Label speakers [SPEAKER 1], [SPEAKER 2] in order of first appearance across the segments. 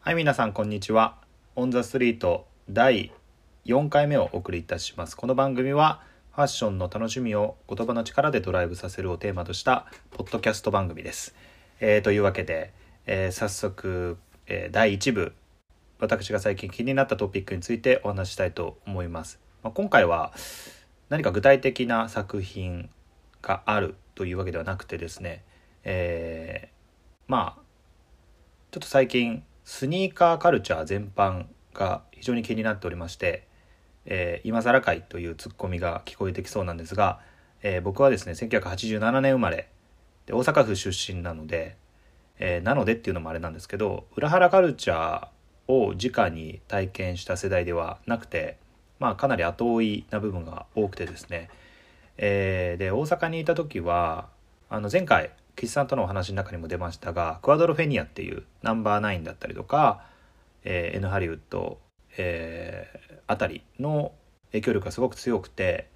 [SPEAKER 1] はい、皆さん、こんにちは。オンザストリート第4回目をお送りいたします。この番組は、ファッションの楽しみを言葉の力でドライブさせるをテーマとした、ポッドキャスト番組です。えーというわけで、えー早速、えー第1部、私が最近気になったトピックについてお話ししたいと思います。まあ、今回は、何か具体的な作品があるというわけではなくてですね、えーまあちょっと最近スニーカーカルチャー全般が非常に気になっておりまして、えー今更かいというツッコミが聞こえてきそうなんですが、えー僕はですね1987年生まれで大阪府出身なので、えーなのでっていうのもあれなんですけど裏原カルチャーを直に体験した世代ではなくて、まあ、かなり後追いな部分が多くてですね、えーで大阪にいた時はあの前回岸さんとのお話の中にも出ましたがクアドロフェニアっていうナンバーナインだったりとか、えー N ハリウッド、えーあたりの影響力がすごく強くて、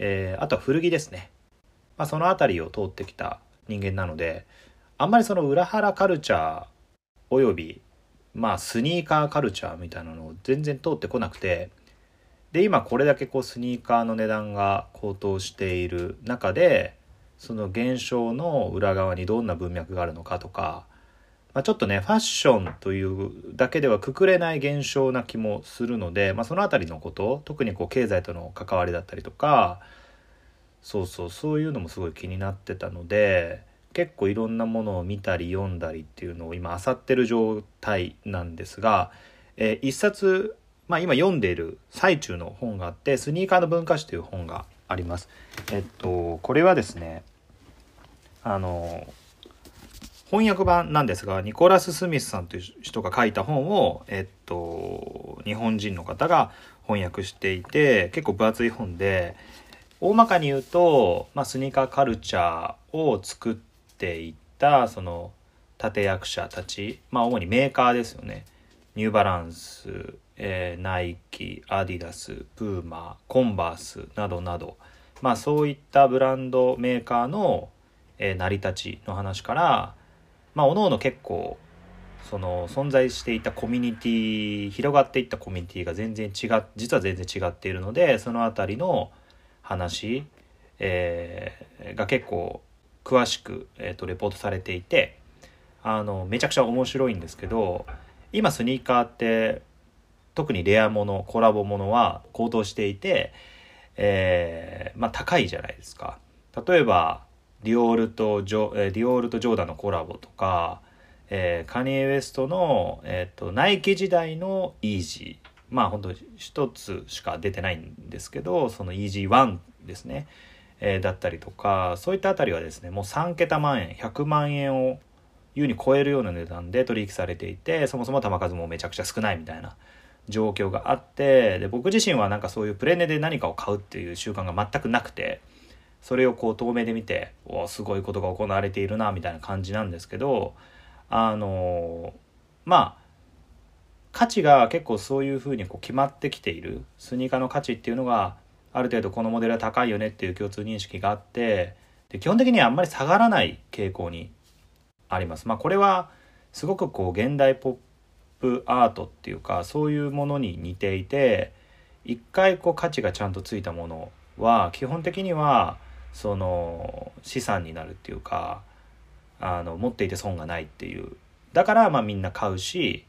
[SPEAKER 1] えーあとは古着ですね、まあ、そのあたりを通ってきた人間なのであんまりその裏腹カルチャーおよびまあスニーカーカルチャーみたいなのを全然通ってこなくてで今これだけこうスニーカーの値段が高騰している中でその現象の裏側にどんな文脈があるのかとか、まあ、ちょっとねファッションというだけではくくれない現象な気もするので、まあ、その辺りのこと特にこう経済との関わりだったりとかそうそうそういうのもすごい気になってたので結構いろんなものを見たり読んだりっていうのを今漁ってる状態なんですが、えー一冊、まあ、今読んでいる最中の本があって「スニーカーの文化史」という本があります。えっとこれはですねあの翻訳版なんですがニコラス・スミスさんという人が書いた本を、えっと、日本人の方が翻訳していて結構分厚い本で大まかに言うと、まあ、スニーカーカルチャーを作っていったその立役者たち、まあ、主にメーカーですよねニューバランス、えーナイキアディダスプーマコンバースなどなど、まあ、そういったブランドメーカーの、えー成り立ちの話から、まあ、おのおの結構その存在していたコミュニティ広がっていったコミュニティが全然違っ実は全然違っているのでその辺りの話、えーが結構詳しく、えーとレポートされていてあのめちゃくちゃ面白いんですけど今スニーカーって特にレアものコラボものは高騰していて、えーまあ、高いじゃないですか。例えばディオールとジョえーディオールとジョーダンのコラボとか、えーカニエ・ウエストの、えーとナイキ時代のイージーまあ本当一つしか出てないんですけどそのイージー1ですね、えーだったりとかそういったあたりはですねもう3桁万円100万円を優に超えるような値段で取引されていてそもそも球数もめちゃくちゃ少ないみたいな状況があってで僕自身はなんかそういうプレネで何かを買うっていう習慣が全くなくてそれをこう透明で見ておーすごいことが行われているなみたいな感じなんですけどあのーまあ価値が結構そういうふうにこう決まってきているスニーカーの価値っていうのがある程度このモデルは高いよねっていう共通認識があってで基本的にはあんまり下がらない傾向にあります。まあ、これはすごくこう現代ポップアートっていうかそういうものに似ていて一回こう価値がちゃんとついたものは基本的にはその資産になるっていうかあの持っていて損がないっていうだからまあみんな買うし、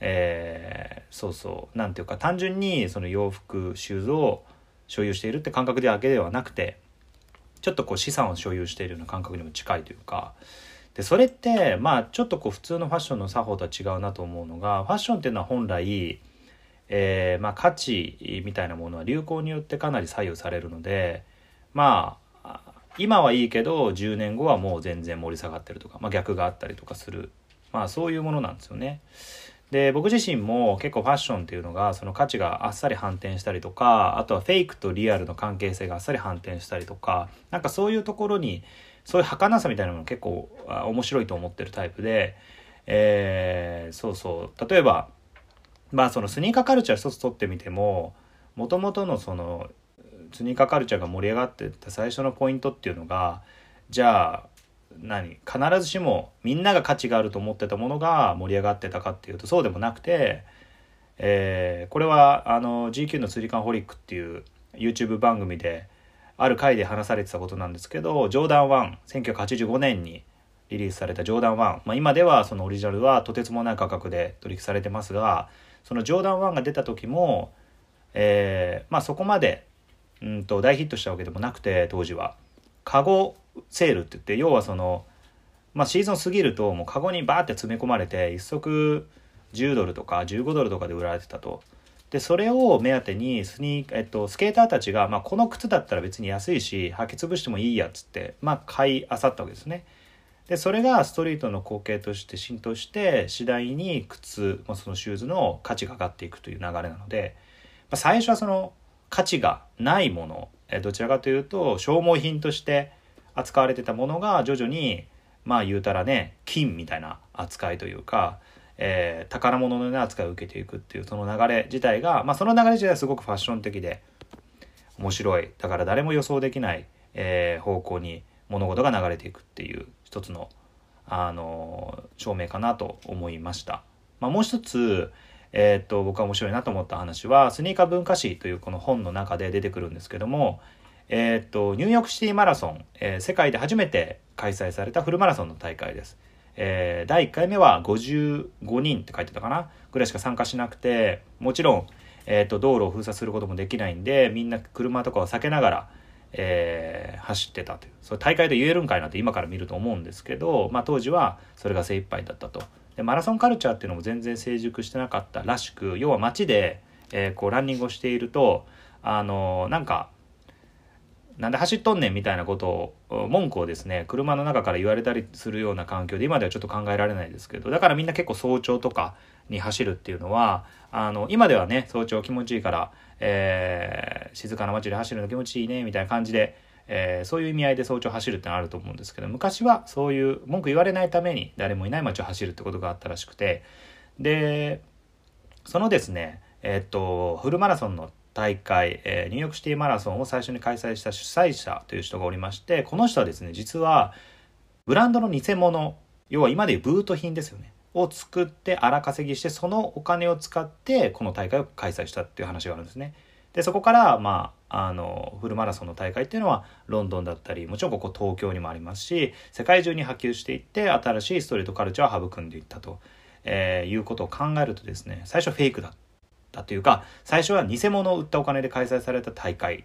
[SPEAKER 1] えーそうそうなんていうか単純にその洋服シューズを所有しているって感覚だけではなくてちょっとこう資産を所有しているような感覚にも近いというかでそれってまあちょっとこう普通のファッションの作法とは違うなと思うのがファッションっていうのは本来、えーまあ、価値みたいなものは流行によってかなり左右されるのでまあ今はいいけど10年後はもう全然盛り下がってるとか、まあ、逆があったりとかする、まあ、そういうものなんですよね。で僕自身も結構ファッションっていうのがその価値があっさり反転したりとかあとはフェイクとリアルの関係性があっさり反転したりとかなんかそういうところにそういう儚さみたいなもの結構あ面白いと思ってるタイプで、えーそうそう例えばまあそのスニーカーカルチャー一つ取ってみてももともとのそのスニーカーカルチャーが盛り上がってった最初のポイントっていうのがじゃあ何必ずしもみんなが価値があると思ってたものが盛り上がってたかっていうとそうでもなくて、えーこれはあの GQ の「釣りンホリック」っていう YouTube 番組である回で話されてたことなんですけど「ジョーダン1」1985年にリリースされた「ジョーダン1」まあ、今ではそのオリジナルはとてつもない価格で取引されてますがその「ジョーダン1」が出た時も、えーまあ、そこまでうんと大ヒットしたわけでもなくて当時は。カゴセールって言って要はその、まあ、シーズン過ぎるともうカゴにバーって詰め込まれて一足10ドルとか15ドルとかで売られてたと。でそれを目当てにスニー、えっと、スケーターたちが、まあ、この靴だったら別に安いし履き潰してもいいやっつって、まあ、買いあさったわけですね。でそれがストリートの光景として浸透して次第に靴、まあ、そのシューズの価値が上がっていくという流れなので、まあ、最初はその価値がないものえーどちらかというと消耗品として扱われてたものが徐々にまあ言うたらね金みたいな扱いというか、えー宝物のような扱いを受けていくっていうその流れ自体が、まあ、その流れ自体はすごくファッション的で面白いだから誰も予想できない、えー方向に物事が流れていくっていう一つの、あのー証明かなと思いました。まあ、もう一つえーっと僕が面白いなと思った話は「スニーカー文化史」というこの本の中で出てくるんですけども、えーっとニューヨークシティマラソン、えー世界で初めて開催されたフルマラソンの大会です。えー第1回目は55人って書いてたかなぐらいしか参加しなくてもちろん、えーっと道路を封鎖することもできないんでみんな車とかを避けながら、えー走ってたというそれ大会で言えるんかいなって今から見ると思うんですけど、まあ、当時はそれが精一杯だったと。でマラソンカルチャーっていうのも全然成熟してなかったらしく要は街で、えーこうランニングをしているとあのーなんかなんで走っとんねんみたいなことを文句をですね車の中から言われたりするような環境で今ではちょっと考えられないですけどだからみんな結構早朝とかに走るっていうのはあの今ではね早朝気持ちいいから、えー静かな街で走るの気持ちいいねみたいな感じで、えーそういう意味合いで早朝走るってのあると思うんですけど昔はそういう文句言われないために誰もいない街を走るってことがあったらしくてでそのですね、えっと、フルマラソンの大会、えーニューヨークシティマラソンを最初に開催した主催者という人がおりまして、この人はですね、実はブランドの偽物、要は今でいうブート品ですよね、を作って荒稼ぎして、そのお金を使ってこの大会を開催したっていう話があるんですね。でそこから、まあ、あのフルマラソンの大会っていうのはロンドンだったりもちろんここ東京にもありますし世界中に波及していって新しいストリートカルチャーを育んでいったと、えーいうことを考えるとですね最初はフェイクだったというか最初は偽物を売ったお金で開催された大会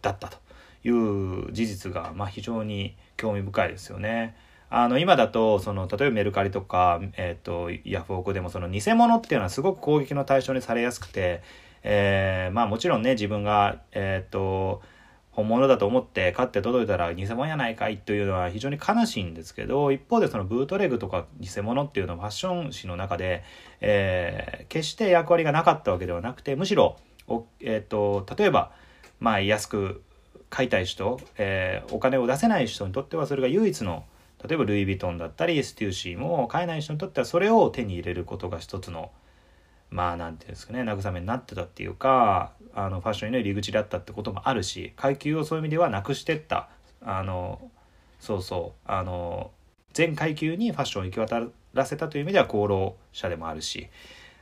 [SPEAKER 1] だったという事実が、まあ、非常に興味深いですよね。あの今だとその例えばメルカリとか、えー、とヤフオクでもその偽物っていうのはすごく攻撃の対象にされやすくて、えーまあ、もちろんね自分が、えー、と本物だと思って買って届いたら偽物やないかいというのは非常に悲しいんですけど一方でそのブートレグとか偽物っていうのはファッション誌の中で、えー決して役割がなかったわけではなくてむしろお、えー、と例えば、まあ、安く買いたい人、えーお金を出せない人にとってはそれが唯一の例えばルイ・ヴィトンだったりステューシーも買えない人にとってはそれを手に入れることが一つのまあなんていうんですかね慰めになってたっていうかあのファッションへの入り口だったってこともあるし階級をそういう意味ではなくしてったあのそうそうあの全階級にファッションを行き渡らせたという意味では功労者でもあるし、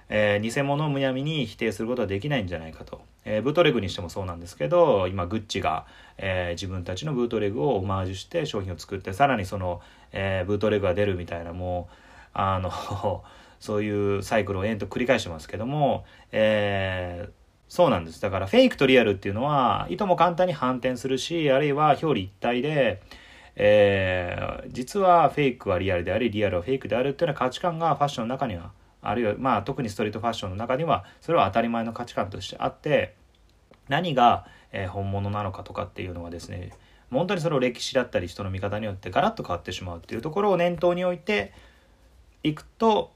[SPEAKER 1] えー偽物をむやみに否定することはできないんじゃないかと、えーブートレグにしてもそうなんですけど今グッチが、えー自分たちのブートレグをオマージュして商品を作ってさらにその、えーブートレグが出るみたいなもうあの そういうサイクルを延々と繰り返してますけども、えーそうなんですだからフェイクとリアルっていうのはいとも簡単に反転するしあるいは表裏一体で、えー実はフェイクはリアルでありリアルはフェイクであるっていうような価値観がファッションの中にはあるいは、まあ、特にストリートファッションの中にはそれは当たり前の価値観としてあって何が、えー本物なのかとかっていうのはですね本当にその歴史だったり人の見方によってガラッと変わってしまうっていうところを念頭に置いていくと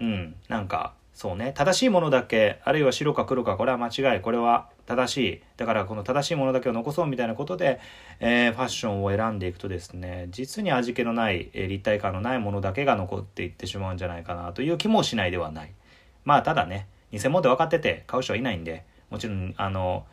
[SPEAKER 1] うんなんかそうね正しいものだけあるいは白か黒かこれは間違いこれは正しいだからこの正しいものだけを残そうみたいなことで、えーファッションを選んでいくとですね実に味気のない、えー立体感のないものだけが残っていってしまうんじゃないかなという気もしないではないまあただね偽物で分かってて買う人はいないんでもちろんあの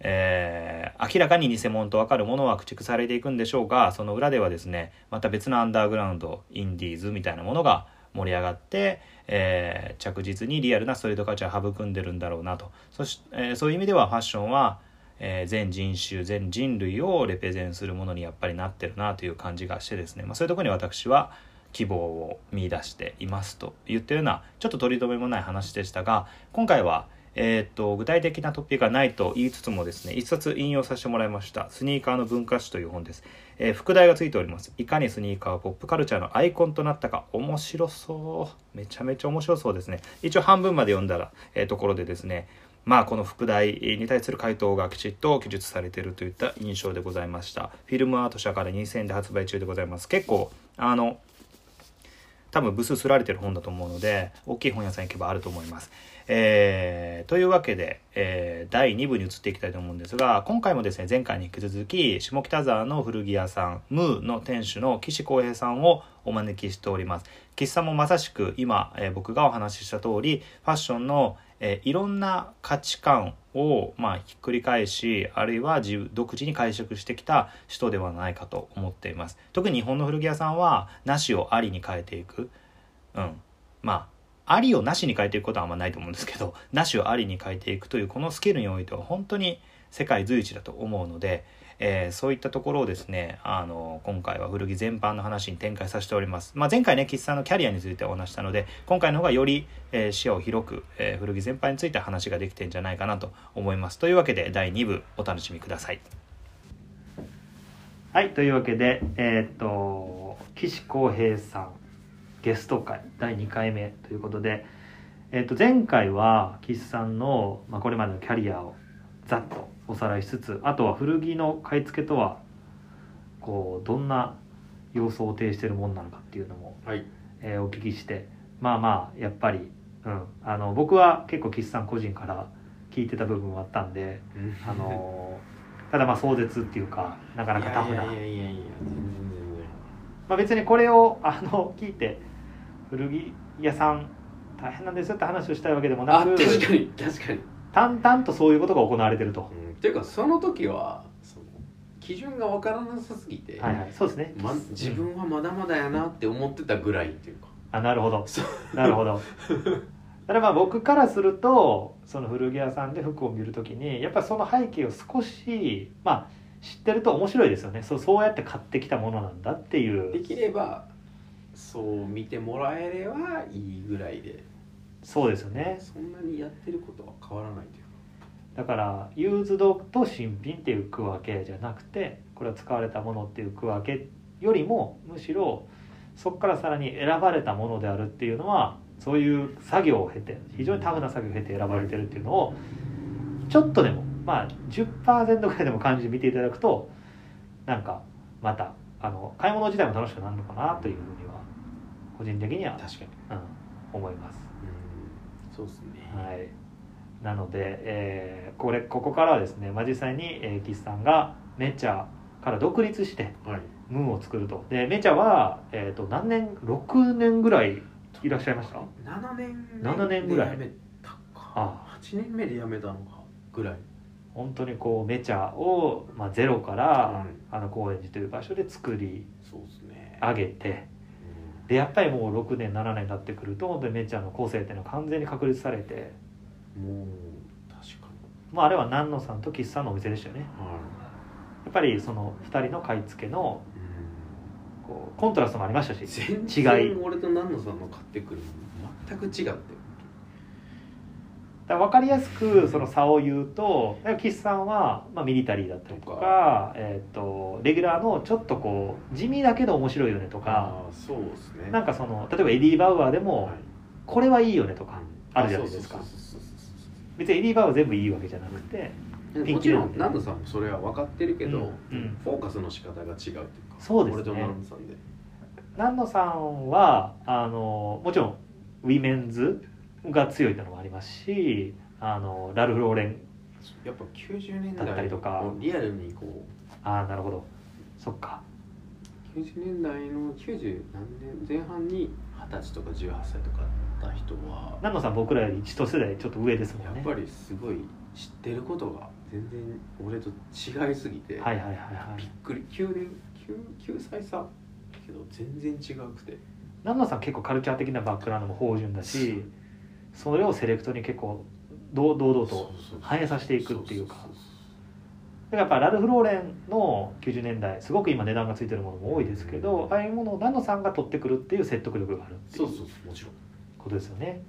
[SPEAKER 1] えー明らかに偽物とわかるものは駆逐されていくんでしょうがその裏ではですねまた別のアンダーグラウンドインディーズみたいなものが盛り上がって、えー着実にリアルなストリートカルチャーを育んでるんだろうなとそし、えーそういう意味ではファッションは、えー全人種全人類をレペゼンするものにやっぱりなってるなという感じがしてですね、まあ、そういうところに私は希望を見出していますと言ったようなちょっと取り留めもない話でしたが今回は、えーっと具体的なトピックがないと言いつつもですね一冊引用させてもらいました「スニーカーの文化史」という本です、えー副題がついておりますいかにスニーカーはポップカルチャーのアイコンとなったか面白そうめちゃめちゃ面白そうですね一応半分まで読んだら、えーところでですねまあこの副題に対する回答がきちっと記述されているといった印象でございましたフィルムアート社から2000円で発売中でございます結構あの多分部数すられてる本だと思うので大きい本屋さん行けばあると思います。えーというわけで、えー第2部に移っていきたいと思うんですが今回もですね前回に引き続き下北沢の古着屋さんムーの店主の岸浩平さんをお招きしております。岸さんもまさしく今、えー僕がお話しした通りファッションの、えーいろんな価値観を、まあ、ひっくり返しあるいは自独自に解釈してきた人ではないかと思っています特に日本の古着屋さんはなしをありに変えていく、うん、まあありをなしに変えていくことはあんまないと思うんですけど なしをありに変えていくというこのスキルにおいては本当に世界随一だと思うので、えーそういったところをですねあの今回は古着全般の話に展開させております、まあ、前回ね喫茶のキャリアについてお話ししたので今回の方がより、えー視野を広く、えー古着全般について話ができてんじゃないかなと思いますというわけで第2部お楽しみくださいはいというわけでえーっと岸浩平さんゲスト会第2回目ということで、えーっと前回は岸さんの、まあ、これまでのキャリアをざっとおさらいしつつあとは古着の買い付けとはこうどんな様相を呈しているものなのかっていうのも、
[SPEAKER 2] はい
[SPEAKER 1] えーお聞きしてまあまあやっぱり、うん、あの僕は結構岸さん個人から聞いてた部分もあったんで、あのーただまあ壮絶っていうかなかなかタフな。
[SPEAKER 2] いやいやいやいやいや全然全然
[SPEAKER 1] まあ、別にこれをあの聞いて古着屋さん大変なんですよって話をしたいわけでもな
[SPEAKER 2] あ
[SPEAKER 1] く
[SPEAKER 2] 確かに確かに、
[SPEAKER 1] 淡々とそういうことが行われてると、
[SPEAKER 2] うん、っていうかその時はその基準がわからなさすぎて、
[SPEAKER 1] はいはい、そうですね、
[SPEAKER 2] ま、自分はまだまだやなって思ってたぐらいっていうか
[SPEAKER 1] あなるほど
[SPEAKER 2] そ
[SPEAKER 1] なるほどだからまあ僕からするとその古着屋さんで服を見るときにやっぱその背景を少しまあ知ってると面白いですよねそうそうやって買ってきたものなんだってい
[SPEAKER 2] で
[SPEAKER 1] う
[SPEAKER 2] きればそう見てもらえればいいぐらいで、
[SPEAKER 1] そうですよね
[SPEAKER 2] そんなにやってることは変わらないというか
[SPEAKER 1] だからユーズドと新品っていう区分けじゃなくてこれは使われたものっていう区分けよりもむしろそこからさらに選ばれたものであるっていうのはそういう作業を経て非常にタフな作業を経て選ばれてるっていうのをちょっとでもまあ10%ぐらいでも感じて見ていただくとなんかまたあの買い物自体も楽しくなるのかなというふうには個人的には、
[SPEAKER 2] 確かに
[SPEAKER 1] うん、思います。
[SPEAKER 2] うんそうですね、
[SPEAKER 1] はい、なので、えーこれここからはですね、まあ、実際に、えー、岸さんがメチャから独立して
[SPEAKER 2] はい、
[SPEAKER 1] ムーンを作るとでメチャは、えー、と何年6年ぐらいいらっしゃいました
[SPEAKER 2] 7年
[SPEAKER 1] 7年ぐらい
[SPEAKER 2] で辞めたか
[SPEAKER 1] あ
[SPEAKER 2] 8年目で辞めたのかぐらい
[SPEAKER 1] 本当にこうメチャを、まあ、ゼロから、
[SPEAKER 2] うん
[SPEAKER 1] あの高円寺という場所で作り
[SPEAKER 2] そうですね
[SPEAKER 1] 上げて
[SPEAKER 2] うん
[SPEAKER 1] でやっぱりもう6年7年になってくると本当にメチャの個性っていうのは完全に確立されて、
[SPEAKER 2] もう確か
[SPEAKER 1] まあ、あれは南野さんと岸さんのお店でしたよね
[SPEAKER 2] には
[SPEAKER 1] やっぱりその2人の買い付けの
[SPEAKER 2] い、うん
[SPEAKER 1] こうコントラストもありましたし
[SPEAKER 2] 全
[SPEAKER 1] 違い
[SPEAKER 2] 然俺と南野さんの買ってくるの全く違って
[SPEAKER 1] だから分かりやすくその差を言うとだから岸さんは、まあ、ミリタリーだったりとか
[SPEAKER 2] と
[SPEAKER 1] えー、とレギュラーのちょっとこう地味だけど面白いよねとか
[SPEAKER 2] あーそうですね
[SPEAKER 1] なんかその例えばエディ・バウアーでも、
[SPEAKER 2] はい
[SPEAKER 1] これはいいよねとか
[SPEAKER 2] うん
[SPEAKER 1] あるじゃないですか
[SPEAKER 2] そうそうそうそうそう
[SPEAKER 1] 別にエディ・バウアーは全部いいわけじゃなくて、
[SPEAKER 2] そう
[SPEAKER 1] ピン
[SPEAKER 2] も
[SPEAKER 1] キ
[SPEAKER 2] ち
[SPEAKER 1] リ
[SPEAKER 2] ろ
[SPEAKER 1] なん
[SPEAKER 2] ん
[SPEAKER 1] で
[SPEAKER 2] 南野さんもそれは分かってるけど、
[SPEAKER 1] うんうん
[SPEAKER 2] フォーカスの仕方が違うっていうか
[SPEAKER 1] そうですね
[SPEAKER 2] 俺と南野さんで
[SPEAKER 1] 南野さんはあのもちろんウィメンズが強いっていうのもありますしあのラルフ・ローレン
[SPEAKER 2] やっぱ90年
[SPEAKER 1] だったり
[SPEAKER 2] 代
[SPEAKER 1] とか
[SPEAKER 2] もうリアルにこう
[SPEAKER 1] ああなるほどそっか
[SPEAKER 2] 90年代の90何年前半に二十歳とか18歳とかだった人は
[SPEAKER 1] 南野さん僕らより一世代ちょっと上ですも
[SPEAKER 2] や
[SPEAKER 1] んね
[SPEAKER 2] っぱりすごい知ってることが全然俺と違いすぎて、
[SPEAKER 3] はいはいはいは
[SPEAKER 2] びっ
[SPEAKER 3] い
[SPEAKER 2] くり9年 9, 9歳差けど全然違くて
[SPEAKER 3] 南野さん結構カルチャー的なバックグラウンドも芳醇だしそれをセレクトに結構堂堂々と反映させていくっていうか
[SPEAKER 2] そそそ
[SPEAKER 3] だからやっぱラルフ・ローレンの90年代すごく今値段がついてるものも多いですけどああいうものを南野さんが取ってくるっていう説得力があるってい
[SPEAKER 2] そううそうそうもちろん
[SPEAKER 3] ことですよね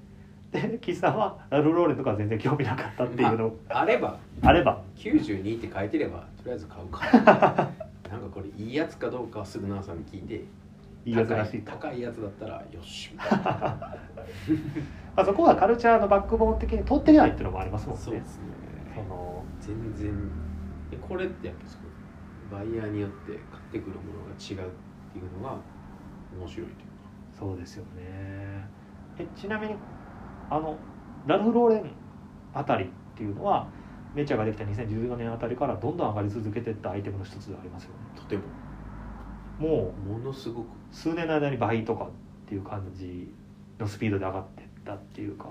[SPEAKER 3] で岸さんはラルフ・ローレンとかは全然興味なかったっていうの
[SPEAKER 2] あれば
[SPEAKER 3] あれば
[SPEAKER 2] 92って書いてればとりあえず買うから なんかこれいいやつかどうかはすぐナーさんに聞いて
[SPEAKER 3] いいやつらしいと
[SPEAKER 2] 高い高いやつだったらよしみたいな
[SPEAKER 3] まあ、そこはカルチャーのバックボーン的に取ってないっていうのもありますもんね
[SPEAKER 2] そうですね
[SPEAKER 3] その
[SPEAKER 2] 全然でこれってやっぱすごいバイヤーによって買ってくるものが違うっていうのが面白いというか
[SPEAKER 3] そうですよねえちなみにあのラルフ・ローレンあたりっていうのはメチャーができた2014年あたりからどんどん上がり続けていったアイテムの一つではありますよね
[SPEAKER 2] とても
[SPEAKER 3] も
[SPEAKER 2] ものすごく
[SPEAKER 3] う数年の間に倍とかっていう感じのスピードで上がってったっていうか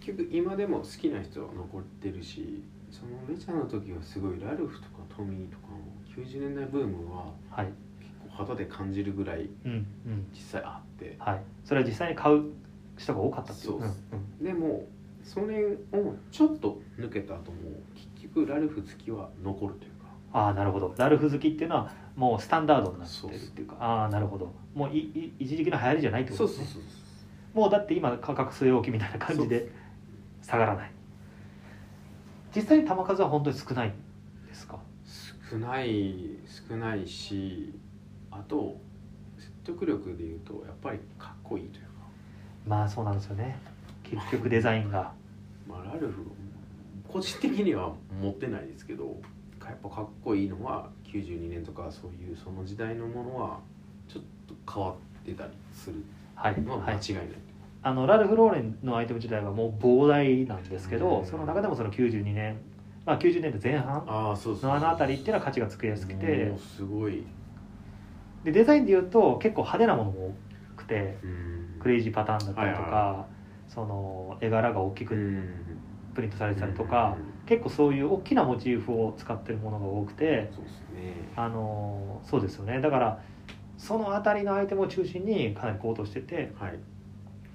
[SPEAKER 2] 結局今でも好きな人は残ってるしそのメチャの時はすごいラルフとかトミーとかも90年代ブームは
[SPEAKER 3] はい
[SPEAKER 2] 結構肌で感じるぐらい
[SPEAKER 3] うんうん
[SPEAKER 2] 実際あって
[SPEAKER 3] はいそれは実際に買う人が多かったっていう
[SPEAKER 2] そう
[SPEAKER 3] うん
[SPEAKER 2] ですでもそれをちょっと抜けた後も結局ラルフ好きは残るというか
[SPEAKER 3] ああなるほどラルフ好きっていうのはもうスタンダードになってるっていうかああなるほどもういい一時期の流行りじゃないってことですね
[SPEAKER 2] そう
[SPEAKER 3] もうだって今価格据え置きみたいな感じで下がらない実際に球数は本当に少ないんですか
[SPEAKER 2] 少ない少ないしあと説得力でいうとやっぱりかっこいいというか、
[SPEAKER 3] まあそうなんですよね結局デザインが
[SPEAKER 2] まあ、ラルフ個人的には持ってないですけどやっぱかっこいいのは92年とかそういうその時代のものはちょっと変わってたりする
[SPEAKER 3] はい、
[SPEAKER 2] のは
[SPEAKER 3] は
[SPEAKER 2] 間
[SPEAKER 3] い、
[SPEAKER 2] 違いない、
[SPEAKER 3] あのラルフ・ローレンのアイテム自体はもう膨大なんですけど、
[SPEAKER 2] うん
[SPEAKER 3] その中でもその92年、まあ、90年代前半
[SPEAKER 2] ああそうそうそう
[SPEAKER 3] のあの辺りっていうのは価値がつくやすくて
[SPEAKER 2] もうすごい
[SPEAKER 3] でデザインでいうと結構派手なものも多くて
[SPEAKER 2] うん
[SPEAKER 3] クレイジーパターンだったりとか、
[SPEAKER 2] はいは
[SPEAKER 3] その絵柄が大き
[SPEAKER 2] う
[SPEAKER 3] く
[SPEAKER 2] ん
[SPEAKER 3] プリントされてたりとか、結構そういう大きなモチーフを使ってるものが多くて
[SPEAKER 2] そうですね
[SPEAKER 3] あのそうですよねだからその辺りのアイテムを中心にかなり高騰してて
[SPEAKER 2] はい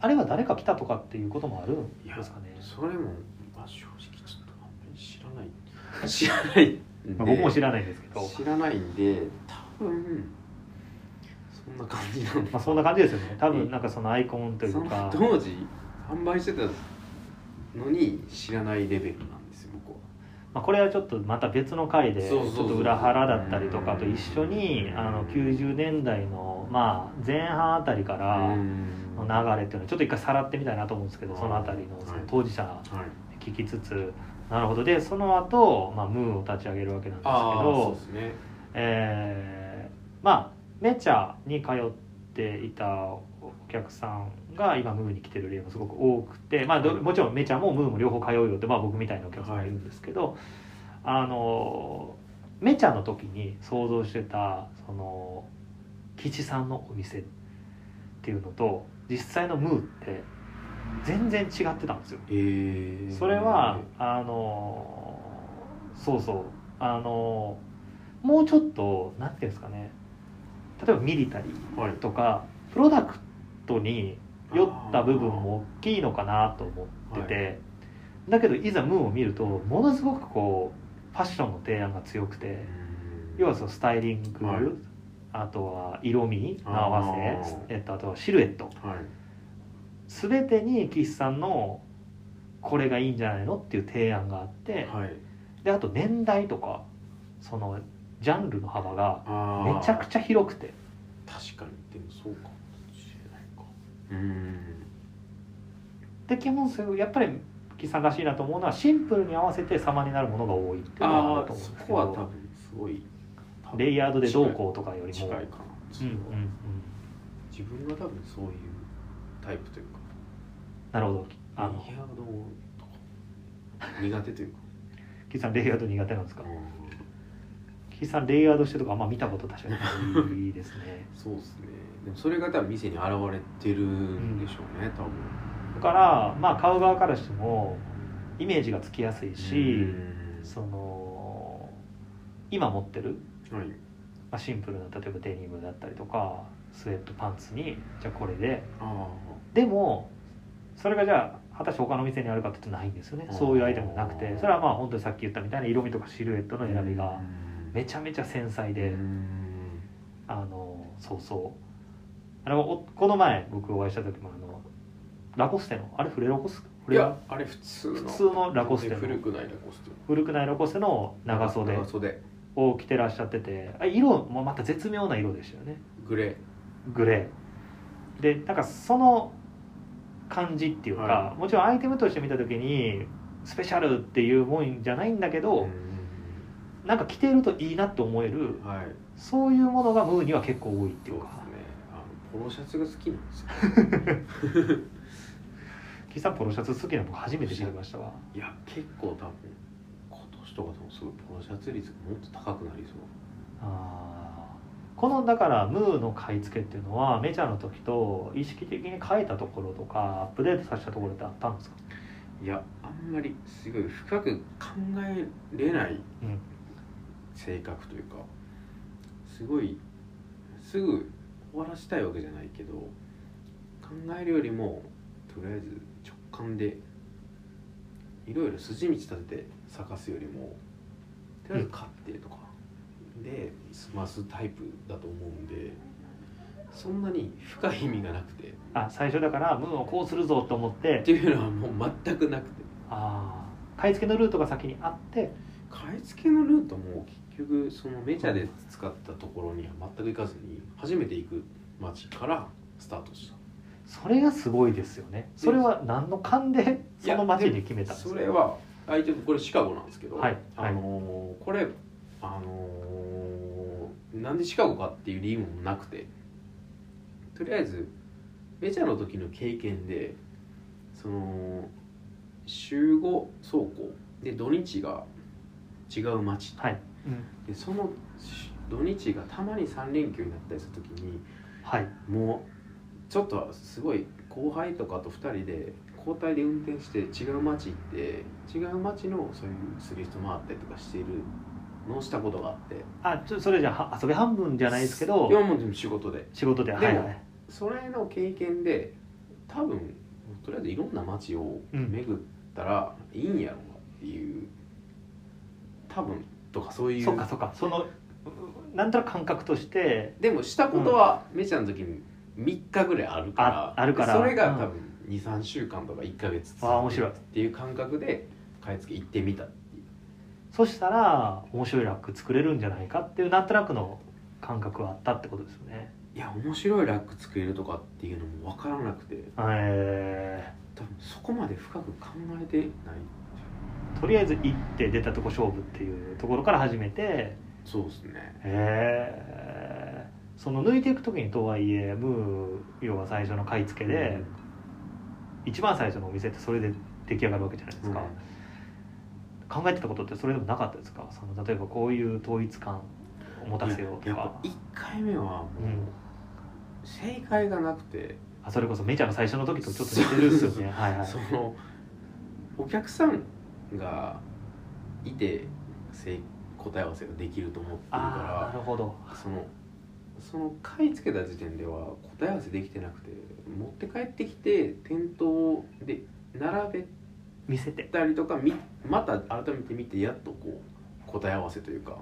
[SPEAKER 3] あれは誰か来たとかっていうこともあるん
[SPEAKER 2] いや
[SPEAKER 3] ですかね
[SPEAKER 2] それも、まあ、正直ちょっとあんまり知らない知らないん
[SPEAKER 3] ま
[SPEAKER 2] で
[SPEAKER 3] あ僕も知らないんですけど、
[SPEAKER 2] 知らないんで多分そんな感じなん
[SPEAKER 3] ま
[SPEAKER 2] だ
[SPEAKER 3] あ、そんな感じですよね多分なんかそのアイコンという
[SPEAKER 2] その
[SPEAKER 3] か
[SPEAKER 2] 当時販売してたのに知らないレベルなんですよ僕は
[SPEAKER 3] まあ、これはちょっとまた別の回でち
[SPEAKER 2] そう
[SPEAKER 3] ょ
[SPEAKER 2] そう
[SPEAKER 3] っ
[SPEAKER 2] そう
[SPEAKER 3] と裏腹だったりとかと一緒にあの90年代のまあ前半あたりから
[SPEAKER 2] うん
[SPEAKER 3] の
[SPEAKER 2] は
[SPEAKER 3] 流れっていうのをちょっと一回さらってみたいなと思うんですけどそのあたりのその当事者
[SPEAKER 2] い
[SPEAKER 3] 聞きつつなるほどでその後、まあムーを立ち上げるわけなんですけ
[SPEAKER 2] ああそう
[SPEAKER 3] ど
[SPEAKER 2] ですね
[SPEAKER 3] えーまあメチャに通っていたお客さんが今ムーに来てる例もすごく多くて、まあ、ど
[SPEAKER 2] はい
[SPEAKER 3] もちろんメチャもムーも両方通うよって、まあ、僕みたいなお客さんがいるんですけど、あのメチャの時に想像してたその吉さんのお店っていうのと実際のムーって全然違ってたんですよ。
[SPEAKER 2] えー、
[SPEAKER 3] それはあのそうそうあのもうちょっとなんていうんですかね例えばミリタリ
[SPEAKER 2] はい
[SPEAKER 3] ーとかプロダクトに酔った部分も大きいのかなと思ってて、
[SPEAKER 2] は
[SPEAKER 3] だけどいざムーンを見るとものすごくこうファッションの提案が強くて
[SPEAKER 2] うん
[SPEAKER 3] 要はそのスタイリング、
[SPEAKER 2] はい
[SPEAKER 3] あとは色味の合わせ
[SPEAKER 2] あー
[SPEAKER 3] えっと、あとはシルエット
[SPEAKER 2] はい
[SPEAKER 3] 全てに岸さんのこれがいいんじゃないのっていう提案があって
[SPEAKER 2] はい
[SPEAKER 3] であと年代とかそのジャンルの幅が
[SPEAKER 2] あー
[SPEAKER 3] めちゃくちゃ広くて
[SPEAKER 2] 確かにでもそうかもしれないかうん
[SPEAKER 3] で基本そういうやっぱり岸さんらしいなと思うのはシンプルに合わせて様になるものが多いっていうのがあ
[SPEAKER 2] あ
[SPEAKER 3] ると
[SPEAKER 2] あそ
[SPEAKER 3] 思うんですけ
[SPEAKER 2] こは多
[SPEAKER 3] ど
[SPEAKER 2] 分すごい
[SPEAKER 3] レイヤードでどうこうとかより
[SPEAKER 2] 近い
[SPEAKER 3] も
[SPEAKER 2] かな、
[SPEAKER 3] うんうんうん
[SPEAKER 2] 自分が多分そういうタイプというか
[SPEAKER 3] なるほどあの
[SPEAKER 2] レイヤードとか苦手というか
[SPEAKER 3] 岸さんレイヤード苦手なんですか
[SPEAKER 2] うん
[SPEAKER 3] 岸さんレイヤードしてるとかあんま見たこと確かにいいですね
[SPEAKER 2] そうですねでもそれが多分店に現れてるんでしょうね、多分
[SPEAKER 3] だからまあ買う側からしてもイメージがつきやすいし、
[SPEAKER 2] うん
[SPEAKER 3] その今持ってる、
[SPEAKER 2] はい
[SPEAKER 3] まあ、シンプルな例えばデニムだったりとかスウェットパンツにじゃあこれで
[SPEAKER 2] あ
[SPEAKER 3] でもそれがじゃあ果たして他の店にあるかって言うとないんですよね
[SPEAKER 2] あー
[SPEAKER 3] そういうアイテムがなくてそれはまあ本当にさっき言ったみたいな色味とかシルエット
[SPEAKER 2] あ
[SPEAKER 3] の選びがめ
[SPEAKER 2] ち
[SPEAKER 3] ちゃめちゃ繊細
[SPEAKER 2] ゃ
[SPEAKER 3] で、あのそうそうあれおこの前僕お会いした時もあのラコステのあれフレラコスフ
[SPEAKER 2] い
[SPEAKER 3] レラ
[SPEAKER 2] やあれ普通の
[SPEAKER 3] 普通のラコステの
[SPEAKER 2] 古くないラコステ
[SPEAKER 3] 古くないラコステの長袖
[SPEAKER 2] 長袖
[SPEAKER 3] を着てらっしゃっててあ色もまた絶妙な色でしたよね
[SPEAKER 2] グレー
[SPEAKER 3] グレーでなんかその感じっていうか、
[SPEAKER 2] は
[SPEAKER 3] もちろんアイテムとして見た時にスペシャルっていうもんじゃないんだけど、なんか着てるといいなって思える
[SPEAKER 2] はい
[SPEAKER 3] そういうものがムーには結構多いって
[SPEAKER 2] そ
[SPEAKER 3] いうう
[SPEAKER 2] で
[SPEAKER 3] か
[SPEAKER 2] すねあのポロシャツが好きなんですよ
[SPEAKER 3] 岸さんポロシャツ好きなの僕初めて知りましたわ
[SPEAKER 2] いや結構多分今年とか多分すごいポロシャツ率がもっと高くなりそう
[SPEAKER 3] あーこのだからムーの買い付けっていうのはメジャーの時と意識的に変えたところとかアップデートさせたところってあったんですか
[SPEAKER 2] いやあんまりすごい深く考えれない
[SPEAKER 3] うん
[SPEAKER 2] 性格というか、すごいすぐ終わらせたいわけじゃないけど考えるよりもとりあえず直感でいろいろ筋道立てて探すよりもとりあえず買ってとかで済ますタイプだと思うんでそんなに深い意味がなくてっ
[SPEAKER 3] あ最初だからムーをこうするぞと思って
[SPEAKER 2] ていうのはもう全くなくて。
[SPEAKER 3] あー買い付けのルートが先にあって
[SPEAKER 2] 買い付けのルートも結局そのメジャーで使ったところには全く行かずに初めて行く町からスタートした
[SPEAKER 3] それがすごいですよねそれは何の勘で
[SPEAKER 2] い
[SPEAKER 3] そ
[SPEAKER 2] や
[SPEAKER 3] の街に決めたんです
[SPEAKER 2] そ
[SPEAKER 3] か
[SPEAKER 2] れは相手もこれシカゴなんですけど、
[SPEAKER 3] はいはい
[SPEAKER 2] あのーこれあのーなんでシカゴかっていう理由もなくてとりあえずメジャーの時の経験でその週5走行で土日が違う町
[SPEAKER 3] はい、うん
[SPEAKER 2] でそのし土日がたまに3連休になったりした時に
[SPEAKER 3] はい
[SPEAKER 2] もうちょっとすごい後輩とかと2人で交代で運転して違う町行って違う町のそういうスリフト回ったりとかしているのをしたことがあって
[SPEAKER 3] あちょそれじゃあは遊び半分じゃないですけど
[SPEAKER 2] いやもうでも仕事で
[SPEAKER 3] 仕事で
[SPEAKER 2] で
[SPEAKER 3] はいはい
[SPEAKER 2] それの経験で多分とりあえずいろんな町を
[SPEAKER 3] うん
[SPEAKER 2] 巡ったらいいんやろうなっていう多分とかそういう
[SPEAKER 3] そっかそっかそのううなんとなく感覚として
[SPEAKER 2] でもしたことはメジャーの時に3日ぐらいあるから
[SPEAKER 3] ああるから
[SPEAKER 2] それが多分
[SPEAKER 3] う
[SPEAKER 2] 23週間とか1か月
[SPEAKER 3] あー面白い
[SPEAKER 2] っていう感覚で買い付け行ってみたっていう
[SPEAKER 3] そしたら面白いラック作れるんじゃないかっていうなんとなくの感覚はあったってことですよね。
[SPEAKER 2] いや面白いラック作れるとかっていうのも分からなくて
[SPEAKER 3] え
[SPEAKER 2] 多分そこまで深く考えてない
[SPEAKER 3] ーとりあえず行って出たとこ勝負っていうところから始めて、
[SPEAKER 2] そうですね
[SPEAKER 3] えーその抜いていく時にとはいえムー要は最初の買い付けで、一番最初のお店ってそれで出来上がるわけじゃないですか、考えてたことってそれでもなかったですかその例えばこういう統一感を持たせよう
[SPEAKER 2] い
[SPEAKER 3] と
[SPEAKER 2] ややっ
[SPEAKER 3] か
[SPEAKER 2] ぱ1回目はもう、
[SPEAKER 3] うん
[SPEAKER 2] 正解がなくて、
[SPEAKER 3] あそれこそメジャーの最初の時とちょっと似てるんですよね。はいはい
[SPEAKER 2] そのお客さんがいて正答え合わせができると思ってる
[SPEAKER 3] あ
[SPEAKER 2] か
[SPEAKER 3] あなるほど
[SPEAKER 2] らそのその買い付けた時点では答え合わせできてなくて持って帰ってきて店頭で並
[SPEAKER 3] 見せ
[SPEAKER 2] べ
[SPEAKER 3] て
[SPEAKER 2] たりとかみまた改めて見てやっとこう答え合わせというか